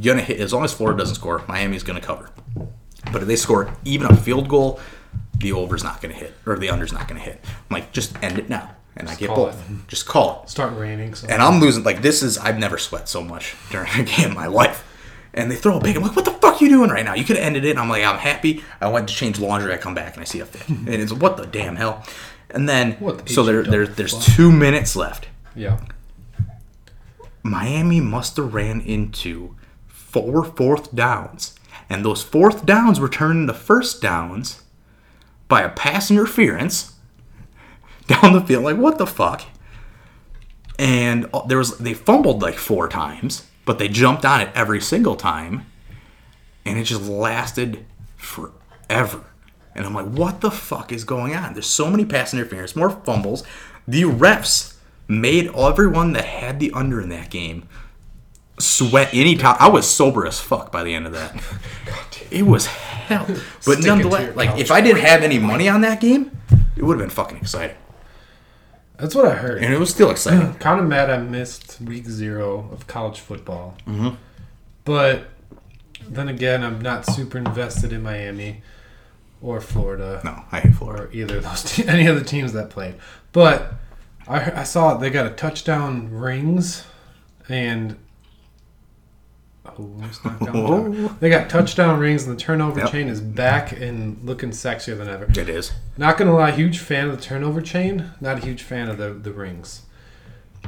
gonna hit as long as Florida doesn't score. Miami's gonna cover. But if they score even a field goal, the over's not gonna hit or the under's not gonna hit. I'm like, just end it now, and I get
call
both. Just call it.
Start raining. So
And I'm losing like this is I've never sweat so much during a game in my life. And they throw a big. I'm like, what the fuck you doing right now? You could have ended it. And I'm like, I'm happy. I went to change laundry. I come back and I see a fifth. and it's what the damn hell. And then
What the
so there,
H-E-double
there there's two minutes left.
yeah.
Miami must have ran into four fourth downs, and those fourth downs were turned into first downs by a pass interference down the field. Like what the fuck? And uh, there was they fumbled like four times, but they jumped on it every single time, and it just lasted forever. And I'm like, what the fuck is going on? There's so many pass interference, more fumbles. The refs made everyone that had the under in that game sweat any time. I was sober as fuck by the end of that. It was hell.
it
But
to your
nonetheless, like
couch.
if I didn't have any money on that game, it would have been fucking exciting.
That's what I heard.
And it was still exciting.
kind of mad I missed week zero of college football. Mm-hmm. But then again, I'm not super invested in Miami or Florida
No, I hate Florida.
or either of those te- any of the teams that played. But I, I saw they got a touchdown rings and. Oh, it's not down
Oh.
they got touchdown rings and the turnover
Yep.
chain is back and looking sexier than ever.
It is.
Not gonna lie, huge fan of the turnover chain. Not a huge fan of the, the rings,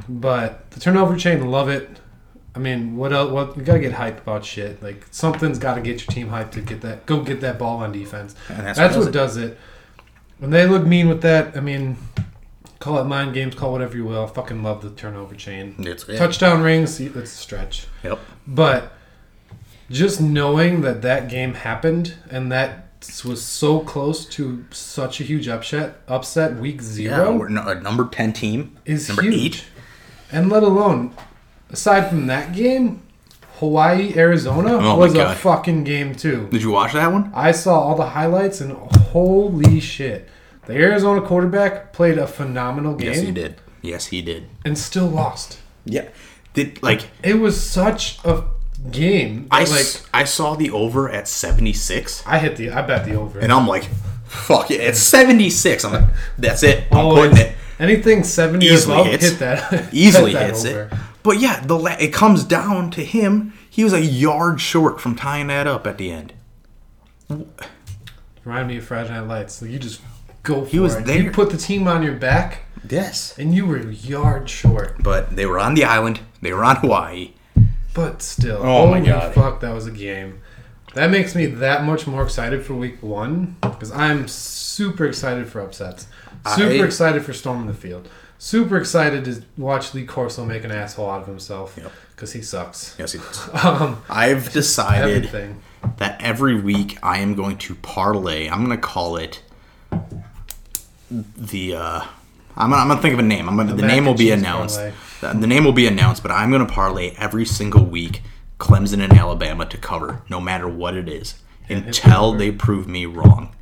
but the turnover chain, love it. I mean, what else? What you gotta get hype about shit. Like something's gotta get your team hyped to get that go get that ball on defense.
And
that's
that's
what
what
does it. When they look mean with that, I mean, call it mind games, call it whatever you will. Fucking love the turnover chain.
It's
Touchdown rings, that's a stretch.
Yep.
But just knowing that that game happened and that was so close to such a huge upset, upset week
Yeah,
zero
we're no, a number ten team
is
number
huge.
eight.
And let alone, aside from that game, Hawaii Arizona
Oh my
was a
God.
fucking game too.
Did you watch that one?
I saw all the highlights and holy shit. The Arizona quarterback played a phenomenal game
Yes, he did. Yes, he did.
and still lost.
Yeah. Did like
It was such a game. that,
I
like
s- I saw the over at 76
I hit the I bet the over.
and I'm like fuck it. It's 76. I'm like that's it. I'm
Always.
putting it.
Oh, Anything seventy
Easily
or above,
hits.
hit that.
Easily
bet that
hits
over.
it. But yeah, the la- it comes down to him. He was a yard short from tying that up at the end.
Remind me of Friday Night Lights. So you just go for
was
it. You
there.
put the team on your back,
Yes.
and you were yard short.
But they were on the island. They were on Hawaii.
But still,
Oh my
holy
God.
fuck, that was a game. That makes me that much more excited for Week One because I'm super excited for upsets. Super
I-
excited for storming the field. Super excited to watch Lee Corso make an asshole out of himself because he sucks.
Yes, he does.
Um,
I've decided
everything.
that every week I am going to parlay. I'm going to call it the. Uh, I'm, gonna- I'm gonna think of a name. I'm gonna, the
mac
name will
and
be
cheese
announced.
parlay.
The, the name will be announced, but I'm gonna parlay every single week Clemson and Alabama to cover, no matter what it is, until they prove me wrong.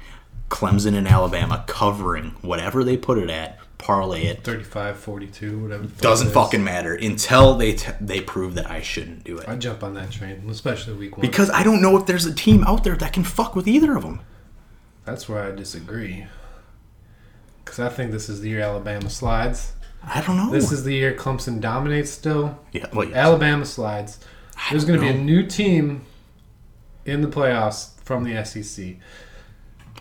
Clemson and Alabama covering whatever they put it at, parlay it.
35, 42, whatever. the fuck it
Doesn't
is.
fucking matter until they t- they prove that I shouldn't do
I
it.
jump on that train, especially Week One.
Because I don't know if there's a team out there that can fuck with either of them.
That's where I disagree. Because I think this is the year Alabama slides.
I don't know.
This is the year Clemson dominates still.
Yeah, well, yes.
Alabama slides. There's going to be a
know.
new team in the playoffs from the E SEC.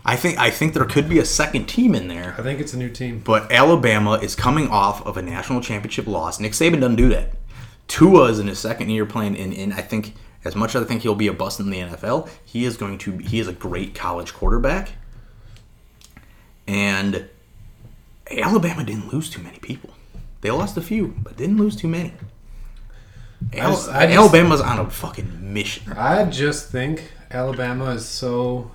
I think I think there could be a second team in
I
there,
think it's a new team.
but Alabama is coming off of a national championship loss. Nick Saban doesn't do that. Tua is in his second year playing in, in I think as much as I think he'll be a bust in the NFL, he is going to he is a great college quarterback. And Alabama didn't lose too many people. They lost a few, but didn't lose too many. Al-
just- I just-
Alabama's on a fucking mission.
I just think Alabama is so.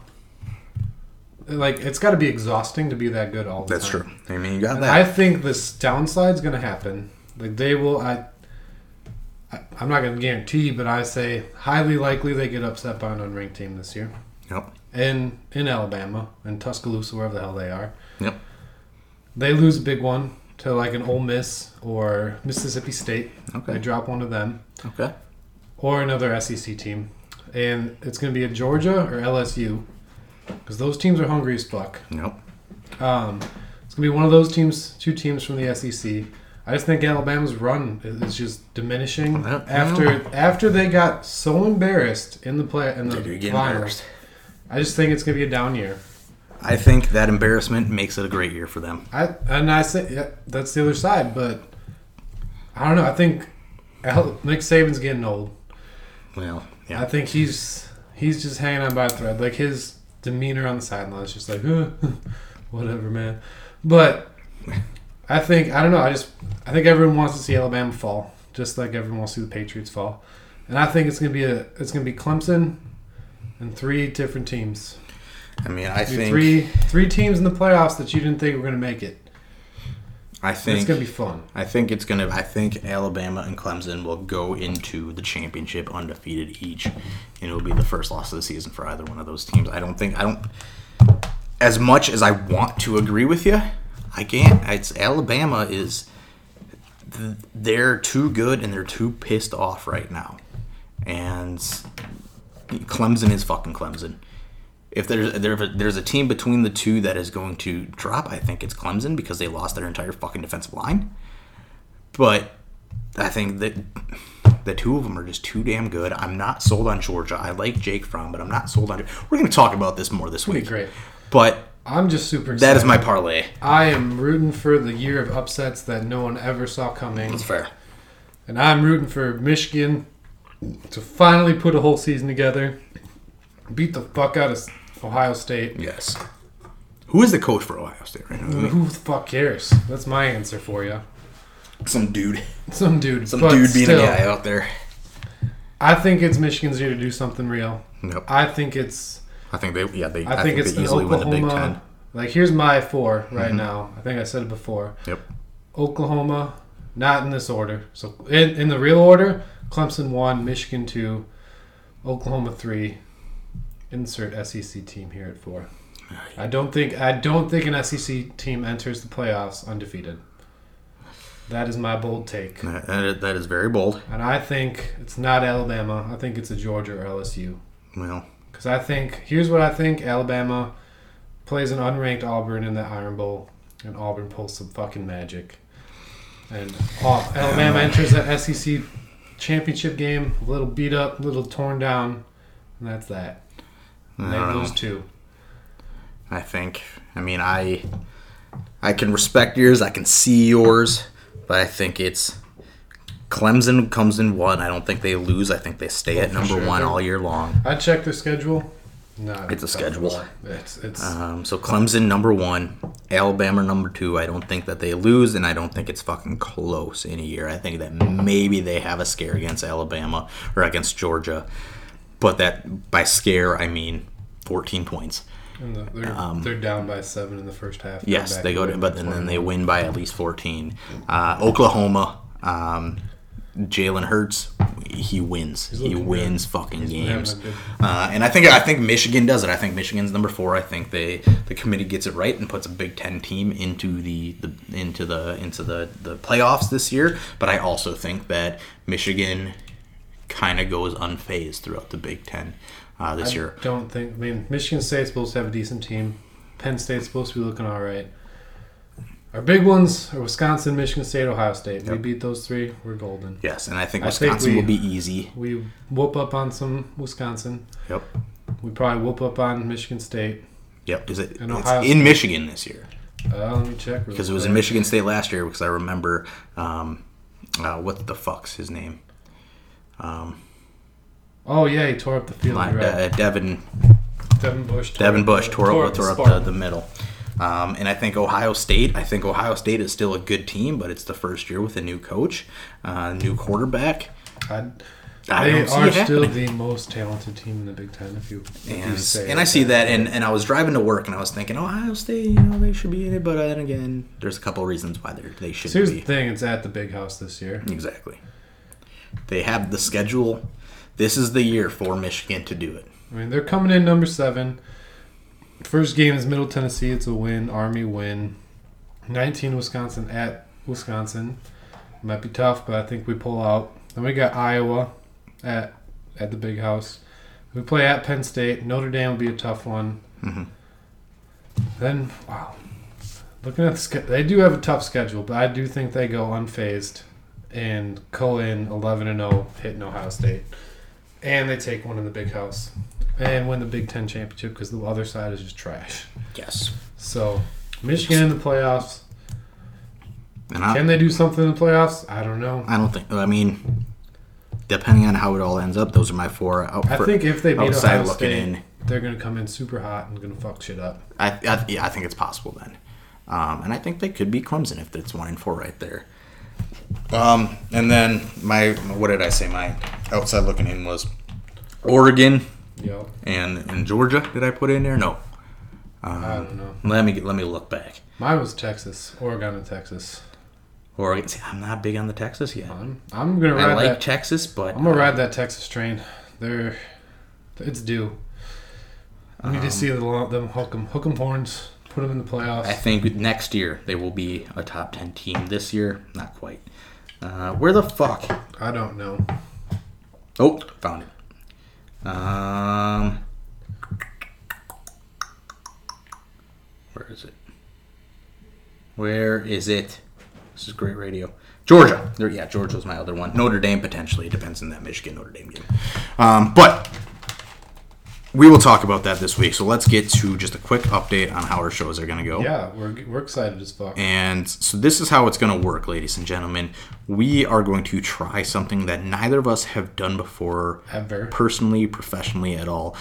Like, it's got to be exhausting to be that good all the
That's
time.
true. I mean, you got that.
I think this downside's going to happen. Like they will. I, I I'm not going to guarantee, but I say highly likely they get upset by an unranked team this year,
Yep.
in in Alabama, in Tuscaloosa, wherever the hell they are.
Yep.
They lose a big one to like an Ole Miss or Mississippi State.
Okay.
They drop one to them
Okay.
or another SEC team, and it's going to be a Georgia or LSU, because those teams are hungry as fuck.
Yep.
Um, it's gonna be one of those teams, two teams from the SEC. I just think Alabama's run is is just diminishing
Well,
after after they got so embarrassed in the play in the
Did you get
finals.
embarrassed?
I just think it's gonna be a down year.
I think that embarrassment makes it a great year for them.
I and I say yeah, that's the other side, but I don't know. I think Al, Nick Saban's getting old.
Well,
I
yeah,
think he's he's just hanging on by a thread. Like his demeanor on the sideline is just like, "Huh, whatever, man. But I think I don't know. I just I think everyone wants to see Alabama fall, just like everyone wants to see the Patriots fall. And I think it's gonna be a it's gonna be Clemson and three different teams,
I mean, I
It'll be
think
three three teams in the playoffs that you didn't think were gonna make it.
I
And it's
think
gonna be fun.
I think it's gonna. I think Alabama and Clemson will go into the championship undefeated each, and it'll be the first loss of the season for either one of those teams. I don't think I don't. As much as I want to agree with you, I can't. It's Alabama is. th- They're too good and they're too pissed off right now, and Clemson is fucking Clemson. If there's there, if there's a team between the two that is going to drop, I think it's Clemson because they lost their entire fucking defensive line. But I think that the two of them are just too damn good. I'm not sold on Georgia. I like Jake Fromm, but I'm not sold on. We're going to talk about this more this
It'll
week.
be great.
But
I'm just super excited.
that is my parlay.
I am rooting for the year of upsets that no one ever saw coming.
That's fair.
And I'm rooting for Michigan to finally put a whole season together, beat the fuck out of Ohio State.
Yes. Who is the coach for Ohio State right now?
Who the fuck cares? That's my answer for you.
Some dude.
Some dude.
Some
but
dude being
still,
a guy out there.
I think it's Michigan's year to do something real.
Nope. I,
I think it's.
think they. Yeah, they.
I, think, it's
they
an
easily win the Big Ten. Mm-hmm.
Oklahoma. Like here's my four right now. I think I said it before.
Yep.
Oklahoma, not in this order. So in, in the real order, Clemson one, Michigan two, Oklahoma three. Insert SEC E team here at four. I don't think I don't think an SEC team enters the playoffs undefeated. That is my bold take,
That- that is- that is very bold.
and I think it's not Alabama. I think it's a Georgia or LSU.
Well,
Because I think here's what I think: Alabama plays an unranked Auburn in the Iron Bowl, and Auburn pulls some fucking magic. And Au- Alabama enters that SEC championship game a little beat up, a little torn down, and that's that.
I
And they
don't know.
lose two.
I think. I mean, I I can respect yours. I can see yours, but I think it's Clemson comes in one. I don't think they lose. I think they stay at number
sure.
one all year long.
I checked their schedule. No,
It's a schedule.
It's it's
Um, so Clemson number one, Alabama number two. I don't think that they lose, and I don't think it's fucking close in a year. I think that maybe they have a scare against Alabama or against Georgia, but that by scare I mean 14 points.
in the, they're, they're down by seven in the first half.
Um, Yes,
They're
they
back
go
in
to, but then, then they win by at least 14. Uh, Oklahoma, um, Jalen Hurts, he wins. He
looking
wins fucking games.
having a good-
Uh, and I think I think Michigan does it. I think Michigan's number four. I think they the committee gets it right and puts a Big Ten team into the, the into the into the the playoffs this year. But I also think that Michigan kind of goes unfazed throughout the Big Ten uh, this year.
Don't think. I mean, Michigan State's supposed to have a decent team. Penn State's supposed to be looking all right. Our big ones are Wisconsin, Michigan State, Ohio State. We beat those three. We're golden.
Yes, and I think
I think
Wisconsin
we-
will be easy.
We whoop up on some Wisconsin.
Yep.
We probably whoop up on Michigan State.
Yep. Is it?
And
it's
Ohio
in Michigan this year
Uh, let me check.
because it was in Michigan State last year. Because I remember, um, uh, what the fuck's his name?
Oh yeah, he tore up the field.
My,
You're right.
uh, Devin
Devin Bush. Tore
Devin
up
Bush
the-
tore, up tore up the,
Spartan.
the middle. Um, and I think Ohio State. I think Ohio State is still a good team, but it's the first year with a new coach, uh, new quarterback.
I-
I
they
don't see
are
it
still
happening.
the most talented team in the Big Ten. If you, if you
And,
say
and
it
I see
that.
that, and, and I was driving to work, and I was thinking, Ohio State, you know, they should be in it, but then again, there's a couple of reasons why they're- they shouldn't
So here's
be.
the thing: it's at the Big House this year.
Exactly. They have the schedule. This is the year for Michigan to do it.
I mean, they're coming in number seven. First game is Middle Tennessee. It's a win. Army win. 19 Wisconsin at Wisconsin. Might be tough, but I think we pull out. Then we got Iowa at at the Big House. We play at Penn State. Notre Dame will be a tough one. Then wow, looking at the sch- they do have a tough schedule, but I do think they go unfazed and cull in 11 and 0, hitting Ohio State, and they take one in the Big House and win the Big Ten championship because the other side is just trash.
Yes.
So Michigan in the playoffs.
And I,
Can they do something in the playoffs? I don't know.
I don't think. I mean, depending on how it all ends up, those are my four. Out,
I
for-
think if they beat
outside
Ohio
looking
State,
in.
they're going to come in super hot and going to fuck shit up.
I, I, yeah, I think it's possible then. Um, and I think they could be Clemson if it's one and four right there. Um, and then my what did I say? My outside looking in was Oregon
Yo,
and, and Georgia. Did I put in there? No. Uh-huh.
I don't know.
Let me let me look back.
Mine was Texas, Oregon, and Texas.
Oregon. See, I'm not big on the Texas yet.
I'm, I'm going to
I
ride
like
that.
Texas, but
I'm gonna ride that Texas train. They're it's due. We need to
Um,
see the, lo- them hook 'em, hook 'em horns, put them in the playoffs.
I think next year they will be a top ten team. This year, not quite. Uh, where the fuck?
I don't know.
Oh, found it. Um, where is it? Where is it? This is great radio. Georgia. There, yeah, Georgia was my other one. Notre Dame potentially depends on that Michigan Notre Dame game. Um, but we will talk about that this week. So let's get to just a quick update on how our shows are going to go.
Yeah, we're, we're excited as fuck.
Oh. And so this is how it's going to work, ladies and gentlemen. We are going to try something that neither of us have done before,
Ever.
personally, professionally at all.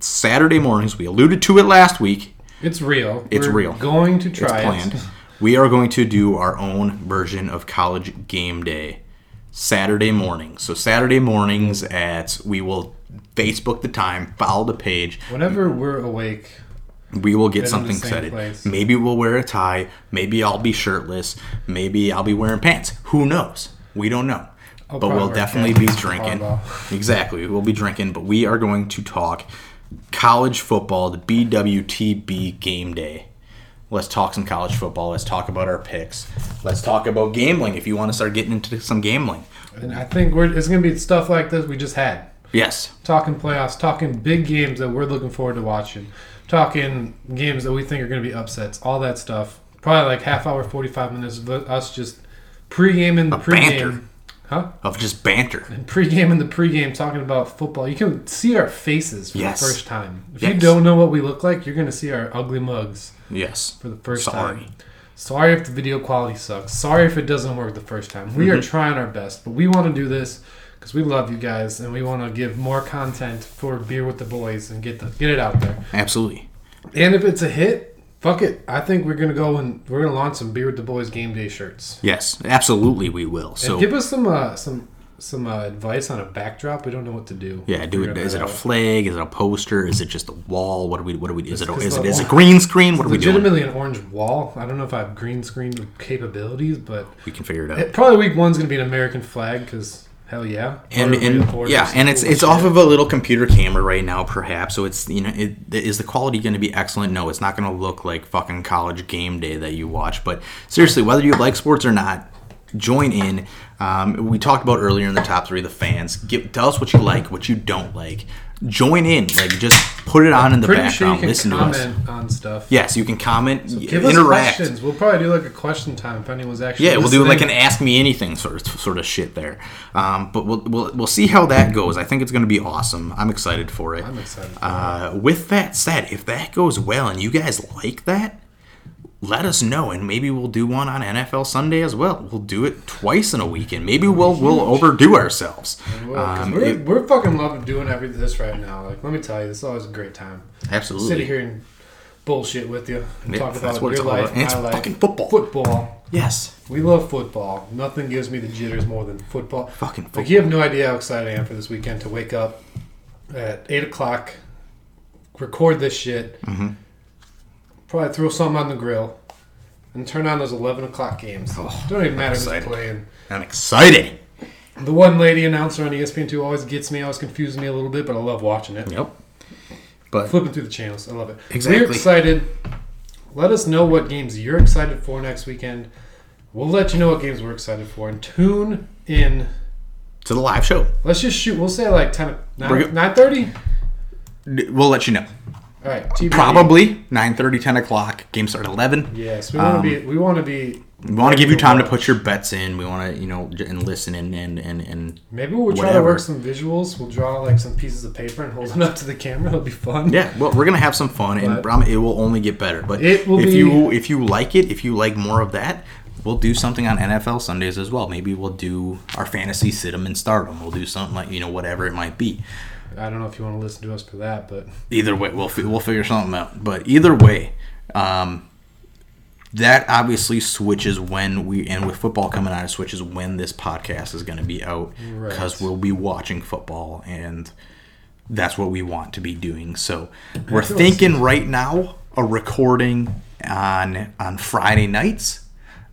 Saturday mornings, we alluded to it last week.
It's real.
It's
We're
real.
Going to
It's
try
planned.
it.
we are going to do our own version of college game day Saturday morning. So Saturday mornings at we will Facebook the time, follow the page,
Whenever we're awake,
we will get
Been in the
something
same
excited.
place.
Maybe we'll wear a tie. Maybe I'll be shirtless. Maybe I'll be wearing pants. Who knows? We don't know. but
probably
we'll
wear
definitely be
pants.
drinking.
Hardball.
Exactly. We'll be drinking, but we are going to talk college football, the BWTB game day. Let's talk some college football. Let's talk about our picks. Let's talk about gambling if you want to start getting into some gambling.
And I think we're, it's going to be stuff like this we just had.
Yes.
Talking playoffs, talking big games that we're looking forward to watching, talking games that we think are going to be upsets, all that stuff. Probably like half hour, 45 minutes of us just pregaming the
A banter.
pregame. Huh?
Of just banter.
Pre-game and the pre-game talking about football. You can see our faces for
Yes.
the first time. If you
Yes.
don't know what we look like, you're going to see our ugly mugs
Yes.
for the first
Sorry.
time. Sorry if the video quality sucks. Sorry if it doesn't work the first time. We are
Mm-hmm.
trying our best, but we want to do this because we love you guys and we want to give more content for Beer with the Boys and get the get it out there.
Absolutely.
And if it's a hit, fuck it. I think we're gonna go and we're gonna launch some Beer with the Boys game day shirts.
Yes. Absolutely, we will. So
and give us some uh, some some uh, advice on a backdrop. We don't know what to do.
Yeah, do it.
Figure
Is it a
out.
flag? Is it a poster? Is it just a wall? What do we? What do we? Is it? A,
It's
is
the
it? Is it
wall.
green screen? What are we doing?
legitimately an orange wall. I don't know if I have green screen capabilities, but
We can figure it out.
it, probably week one's gonna be an American flag because hell yeah,
and
Puerto Rico
and yeah,
is
and it's
cool
it's
as
off
shit.
of a little computer camera right now, perhaps. So it's you know, it, is the quality going to be excellent? No, it's not going to look like fucking college game day that you watch. But seriously, whether you like sports or not, join in. Um, we talked about earlier in the top three, the fans. Give, tell us what you like, what you don't like. Join in, like just put it on in the
Pretty sure you
background.
can
Listen to us.
comment on stuff.
Yes, you can comment,
Give us
interact.
questions. We'll probably do like a question time if anyone's actually.
Yeah, we'll do like an
listening.
ask me anything sort of sort of shit there. Um, but we'll, we'll we'll see how that goes. I think it's going to be awesome. I'm excited for it.
I'm excited. for
Uh, with that said, if that goes well and you guys like that, let us know, and maybe we'll do one on NFL Sunday as well. We'll do it twice in a week, and maybe we'll we'll overdo ourselves.
it. Well, 'cause
Um,
we're,
it-
we're fucking loving doing everything this right now. Like, let me tell you, this is always a great time. Sit
absolutely.
here and bullshit with you and
Yeah,
talk
that's
about
what
your
it's all
life,
about. And it's
my life,
fucking football.
football.
Yes.
We love football. Nothing gives me the jitters more than football.
Fucking
Like you have no idea how excited I am for this weekend to wake up at eight o'clock, record this shit,
Mm-hmm.
probably throw something on the grill, and turn on those eleven o'clock games. Don't even matter who's
Oh, excited.
playing.
I'm excited.
The one lady announcer on E ESPN two always gets me, always confuses me a little bit, but I love watching it.
Yep. But
Flipping through the channels, I love it.
Exactly.
We're excited. Let us know what games you're excited for next weekend. We'll let you know what games we're excited for, and tune in.
to the live show,
Let's just shoot. We'll say like ten,
We're go-
nine, nine thirty.
we'll let you know.
All right, TBD.
Probably 9:30, 10 o'clock. Game start at 11.
Yes, we want to be. We want to be.
Um, We want to give you time to put your bets in. We want to, you know, j- and listen and and and, and
Maybe we'll try to
whatever.
work some visuals. We'll draw like some pieces of paper and hold them up to the camera. It'll be fun.
yeah. Well, we're gonna have some fun, and
But-
prom- it will only get better. But
It will
if
be-
you if you like it, if you like more of that, we'll do something on NFL Sundays as well. Maybe we'll do our fantasy sit 'em and start 'em. We'll do something like you know whatever it might be.
I don't know if you want to listen to us for that, but
either way we'll fi- we'll figure something out but either way um that obviously switches when we and with football coming out it switches when this podcast is going to be out
Right.
because we'll be watching football and that's what we want to be doing so we're
Excellent.
thinking right now a recording on on friday nights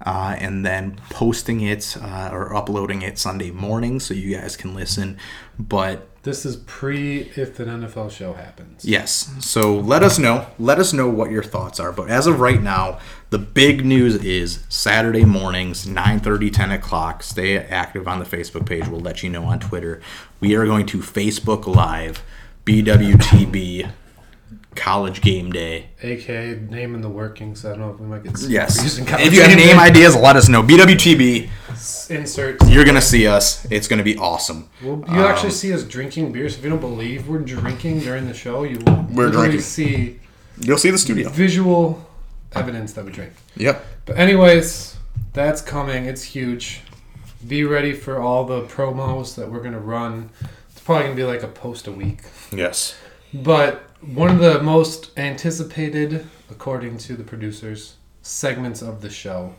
uh, and then posting it uh, or uploading it sunday morning so you guys can listen but
this is pre if an NFL show happens.
Yes. So let us know. Let us know what your thoughts are. But as of right now, the big news is Saturday mornings, 9:30, 10 o'clock. Stay active on the Facebook page. We'll let you know on Twitter. We are going to Facebook Live, BWTB, College Game Day.
AKA naming the workings. I don't know if we might get sued for
Yes.
using college
If you have
game
name
day.
ideas, let us know. BWTB,
inserts.
you're gonna see us. It's gonna be awesome.
Well,
Um,
you actually see us drinking beers. If you don't believe we're drinking during the show, you will
We're
literally
drinking.
see
You'll see the studio.
visual evidence that we drink.
Yep.
But anyways, that's coming. It's huge. Be ready for all the promos that we're gonna run. It's probably gonna be like a post a week.
Yes.
But one of the most anticipated, according to the producers, segments of the show,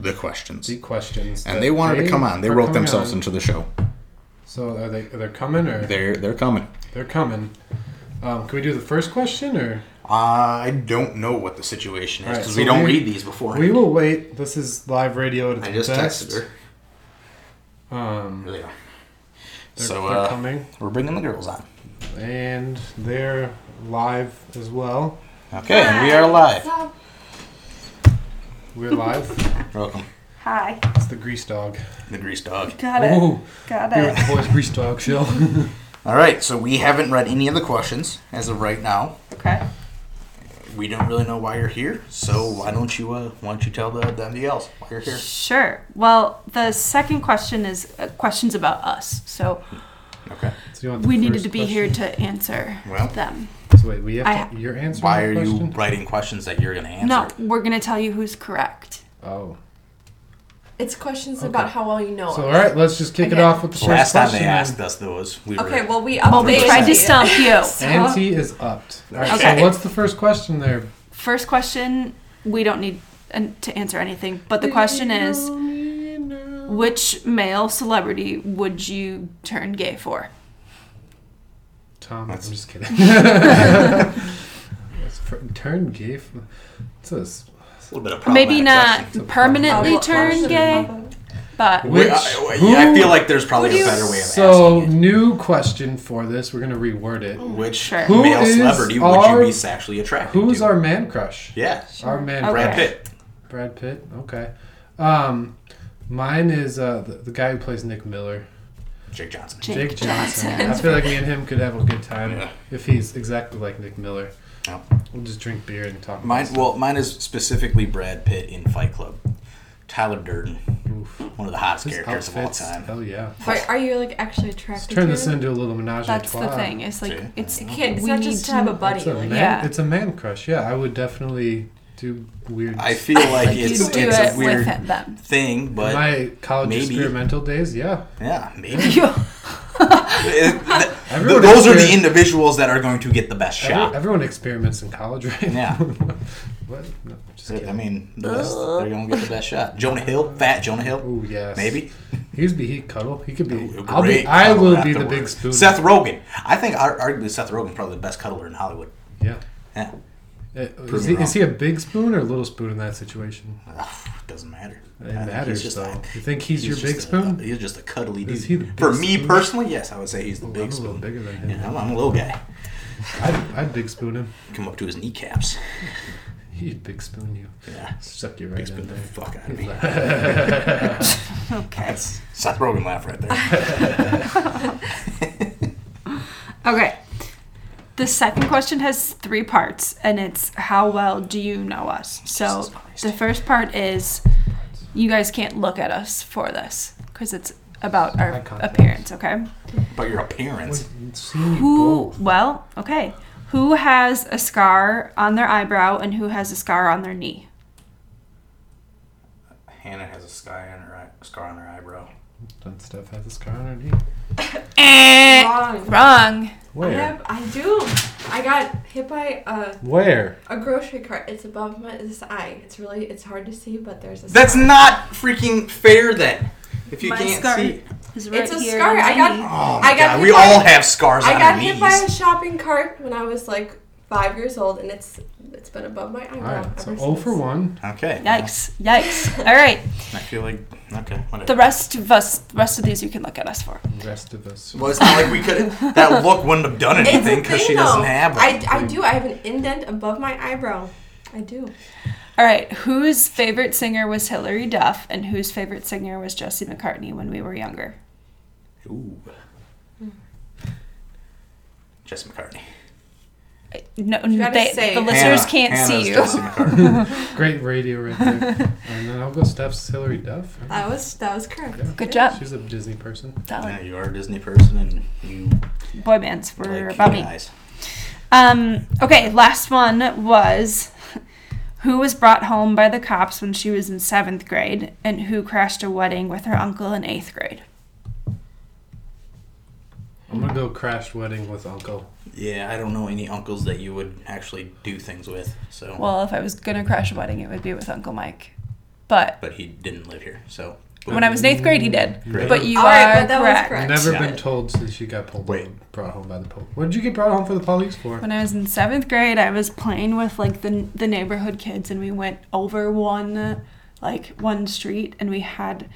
The questions.
the questions. that
And they wanted to come on. They
are
wrote
coming
themselves
on.
into the show.
So are they? They're coming or they're,
They're they're coming.
coming. Um, can we do the first question or
I don't know what the situation is
All right,
because
so
we don't
we-
read these before.
we will wait? This is live radio. At its
I just
best.
texted her.
Um,
There they are.
they're,
so
um, they're
uh,
coming.
we're bringing the girls on.
and they're live as well.
Okay, and we are live.
So,
We're live.
Welcome.
hi.
it's the Grease Dog.
The Grease Dog.
Got it.
Oh,
Got
here at
it.
the Boys Grease Dog show.
All right, so we haven't read any of the questions as of right now.
Okay.
We don't really know why you're here, so why don't you uh, why don't you tell the, the MDLs why you're here?
Sure. Well, the second question is uh, questions about us. So
Okay.
So you want the
we needed
first
to be
question?
here to answer
Well,
them.
So wait, we have to, you're answering.
Why
the
are you
question?
writing questions that you're going to answer?
No, we're going to tell you who's correct.
Oh,
It's questions about how well you know.
so all
us.
right, let's just kick it
Again.
off with the
So last
first
time
question.
they
then.
asked us those, we
Okay,
were
well we
Well, Oh, we
updated
tried to
it.
stump you.
Auntie is upped. All right,
Okay.
So what's the first question there?
First question, we don't need uh, to answer anything, but the question is which male celebrity would you turn gay for?
Tom,
That's-
I'm just kidding. That's fr- Turn gay. f- What's this?
a little bit of
Maybe
problematic
not
question.
permanently
Well,
turn
well,
gay, but
Which-
Wait, I, wait, I
who-
feel like there's probably a
who do-
better way of
So
asking Oh.
new question for this. We're gonna reword it.
it. Which
Sure.
Who
male
is
celebrity would
our-
you be sexually attracted
Who's
to?
our man crush?
Yeah,
Our man
Okay.
Brad
crush.
Pitt.
Brad Pitt. Okay. Um, mine is uh, the, the guy who plays Nick Miller,
Jake Johnson.
Jake
Johnson. I feel like me and him could have a good time
Yeah.
if he's exactly like Nick Miller.
Yeah.
We'll just drink beer and talk.
Mine,
about
well, mine is specifically Brad Pitt in Fight Club. Tyler Durden, one of the hottest
his
characters of all
outfits.
time.
Hell yeah.
But are you like actually
Let's
attracted?
turn
to
this
him?
into a little menage a
That's the
trois.
thing. It's like
See?
it's
It can't, it's
we
not
need
just to have a buddy.
It's a man.
Like,
Yeah.
It's a man crush. Yeah, I would definitely do weird.
I feel like,
like
it's,
you do
it's
it
a weird
with him, them.
thing, but
my college
maybe.
experimental days. Yeah,
yeah, maybe.
You-
It- th-
Everyone
those are the
exper-
individuals that are going to get the best
Every-
shot.
everyone experiments in college, right?
Yeah.
what? No, just
I
kidding.
mean, the best, they're going to get the best shot. Jonah Hill, fat Jonah Hill,
Oh yes.
maybe.
he'd be heat cuddle. He could be.
Great
I'll be. I
cuddle
will be the
afterward.
big spoon.
Seth Rogen. I think ar- arguably Seth Rogen probably the best cuddler in Hollywood.
Yeah.
Yeah,
Uh,
me
Is he,
wrong.
is he a big spoon or a little spoon in that situation?
Ugh, doesn't matter. I
It
think
matters
just
though.
a-
you think he's, your
just
big
a-
spoon?
he's just a cuddly dude.
Is he the big
For me
spoon?
personally, yes, I would say he's the big
I'm a little
spoon.
bigger than him.
Yeah, I'm, I'm a little guy.
I'd, I'd big spoon him.
Come up to his kneecaps.
He'd big spoon you.
Yeah,
Suck you right
big spoon
in
the
there.
fuck out of me.
okay.
That's Seth Rogen laugh right there.
Okay. The second question has three parts, and it's how well do you know us? So
Jesus Christ.
the first part is you guys can't look at us for this because it's about
Eye
our
contact.
appearance. Okay.
But your appearance.
We've seen you
Who?
both.
Well, okay. Who has a scar on their eyebrow and who has a scar on their knee?
Hannah has a sky on her eye, scar on her eyebrow.
Done stuff has a scar on her knee.
Eh,
Wrong.
Wrong.
I,
Where?
have, I do. I got hit by a,
Where?
a grocery cart. It's above my this eye. It's really it's hard to see, but there's a.
That's
scar.
not freaking fair then. If you
My
can't
scar
see.
is right
It's a
here
scar.
on
I
my
got.
knee.
Oh my
I got
god,
hit
we
by-
all have scars
I
on
got
our
hit
knees.
by a shopping cart when I was like five years old, and it's it's been above my
All
eyebrow.
right. So
ever
0 for
since.
1.
Okay.
Yikes! Yikes! All right.
I feel like okay,
The
whatever.
rest of us, rest of these, you can look at us for.
rest of us.
well, it's not like we could. That look wouldn't have done
It's a
anything because
thing,
she doesn't
though.
have. one.
I, I do. I have an indent above my eyebrow. I do.
All right, whose favorite singer was Hilary Duff and whose favorite singer was Jesse McCartney when we were younger?
Ooh. Jesse McCartney.
No,
gotta
they,
say
the
it.
listeners
Hannah-
can't
Hannah's
see you.
Jesse McCartney.
Great radio right there. and then I'll go Steph's Hillary Duff.
That was that was correct.
Good job.
She's a Disney person.
Solid.
yeah, you are a Disney person, and you
Boy bands were
like
about me.
guys.
Um, okay, last one was who was brought home by the cops when she was in seventh grade and who crashed a wedding with her uncle in eighth grade?
I'm going to go Crash Wedding with Uncle.
Yeah, I don't know any uncles that you would actually do things with. So,
Well, if I was going to crash a wedding, it would be with Uncle Mike. But
but he didn't live here. So,
when I was in eighth grade, he did.
Great.
But you
All
are
right, but that was
correct.
correct.
Never
Yeah.
been told since you got pulled
Wait.
brought home by the police. What did you get brought home for the police for?
When I was in seventh grade, I was playing with like the the neighborhood kids, and we went over one like one street, and we had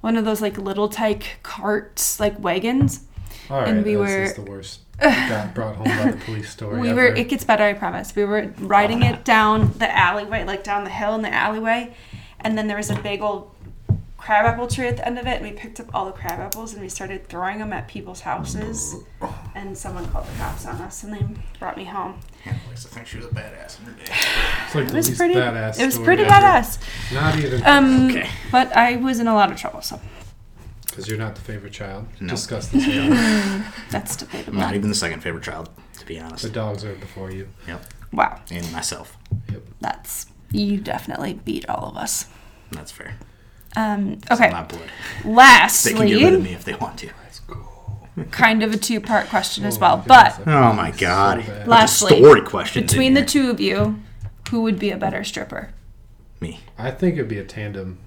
one of those like little tyke carts, like wagons,
All right,
And we
this
were-
is the worst. Got brought home by the police story.
We
ever.
were. It gets better, I promise. We were riding it down the alleyway, like down the hill in the alleyway, and then there was a big old crabapple tree at the end of it. And we picked up all the crab apples and we started throwing them at people's houses. And someone called the cops on us, and they brought me home.
Hannah likes to think she was a badass in her day.
It's like
It
the
was
least
pretty.
badass.
It was
story
pretty
ever.
badass.
Not even
Um,
Okay.
but I was in a lot of trouble, so
because you're not the favorite child.
No.
Discuss this. later.
that's
I'm
debatable.
not even the second favorite child, to be
the
honest.
dogs are before you.
Yep.
Wow,
And myself.
that's you definitely beat all of us.
That's fair.
Um,
I'm
okay.
not blood. They can get rid of
Lastly,
me if they want to.
That's cool.
kind of a two-part question as
Oh,
well,
my
but
goodness, that
Oh my
is so
god.
bad.
Lastly,
Story questions.
between the
in
two of you, who would be a better stripper?
here. me.
I think it'd be a tandem.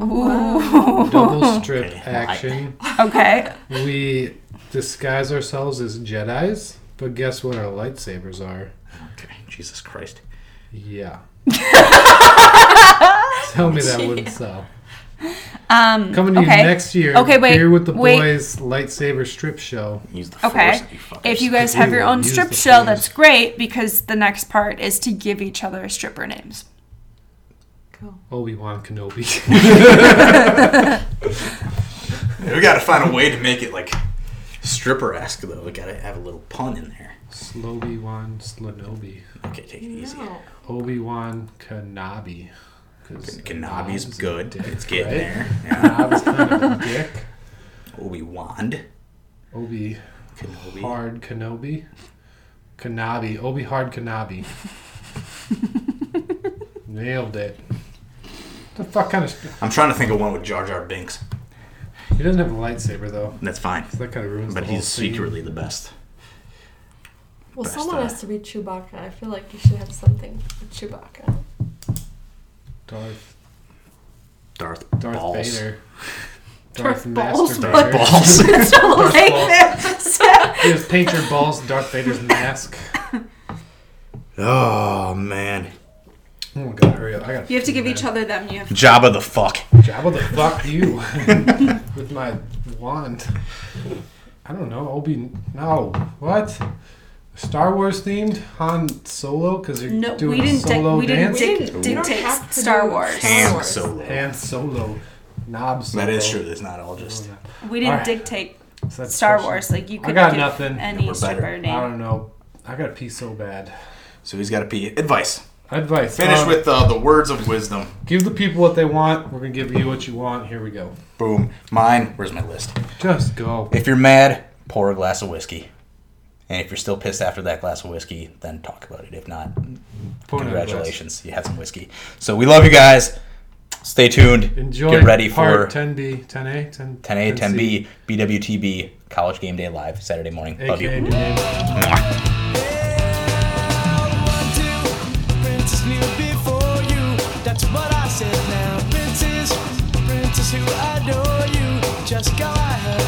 Ooh.
Double strip
Okay.
action.
Okay.
We disguise ourselves as Jedi's, but guess what our lightsabers are?
Okay. Jesus Christ.
Yeah. Tell me that wouldn't sell.
Um.
Coming to
okay.
you next year.
Okay, wait,
Here with the
wait.
boys lightsaber strip show.
Use the
Okay.
force, you fuckers.
If you guys
If you
have your own
use
strip
the
show,
phrase-
that's great because the next part is to give each other stripper names.
Obi Wan Kenobi.
We gotta find a way to make it like stripper esque though. We gotta have a little pun in there.
Sloby Wan Slanobi.
Okay, take it easy.
No.
Obi Wan Kenobi.
Kanabi's
Knob's a
good.
dick,
it's getting
right?
there. Yeah.
Knob's kind of a dick.
Obi Wand.
Obi
Kenobi.
Hard Kenobi. Kanabi. Obi Hard Kanabi. Nailed it. The fuck kind of.
I'm trying to think of one with Jar Jar Binks.
He doesn't have a lightsaber though.
That's fine.
So that kind of ruins
But
the whole
he's
scene.
secretly the best.
Well,
Best
someone
eye.
has to be Chewbacca. I feel like you should have something with Chewbacca.
Darth,
Darth,
Darth
Balls.
Vader. Darth
Darth Balls,
Master
Darth
Vader.
Balls.
Like that.
He has paint your balls Darth Vader's mask.
oh man.
Oh my god, hurry up. I gotta
you have to give each other them. You have.
Jabba the fuck.
Jabba the fuck you with my wand. I don't know. Obi. No. What? Star Wars themed Han Solo because you're
No,
doing
we didn't. dic-
solo
we didn't
dance.
dic-
We didn't- we don't
dictate
have to
Star
do
Wars.
Star
And
Wars.
Solo.
Han Solo. Knob Solo.
That is true. It's not all just.
We didn't
Alright.
dictate
So that's
Star
question.
Wars. Like you
I
could
got
give
nothing.
any
We're better.
stripper
I
name.
don't know. I gotta pee so bad.
So he's got to pee. Advice.
Advice.
Finish
Um,
with uh, the words of wisdom.
give the people what they want. We're gonna give you what you want. Here we go.
Boom. Mine. Where's my list?
Just go.
If you're mad, pour a glass of whiskey. And if you're still pissed after that glass of whiskey, then talk about it. If not,
Phone
congratulations, you had some whiskey. So we love you guys. Stay tuned.
advice. Enjoy.
Get ready
part
for
10B, 10A, 10
10A, 10B, BWTB, College Game Day Live, Saturday morning. Love you.
AKA your name.
Mwah.
Princess knew before you, that's what I said now. Princess, princess who adore you, just go ahead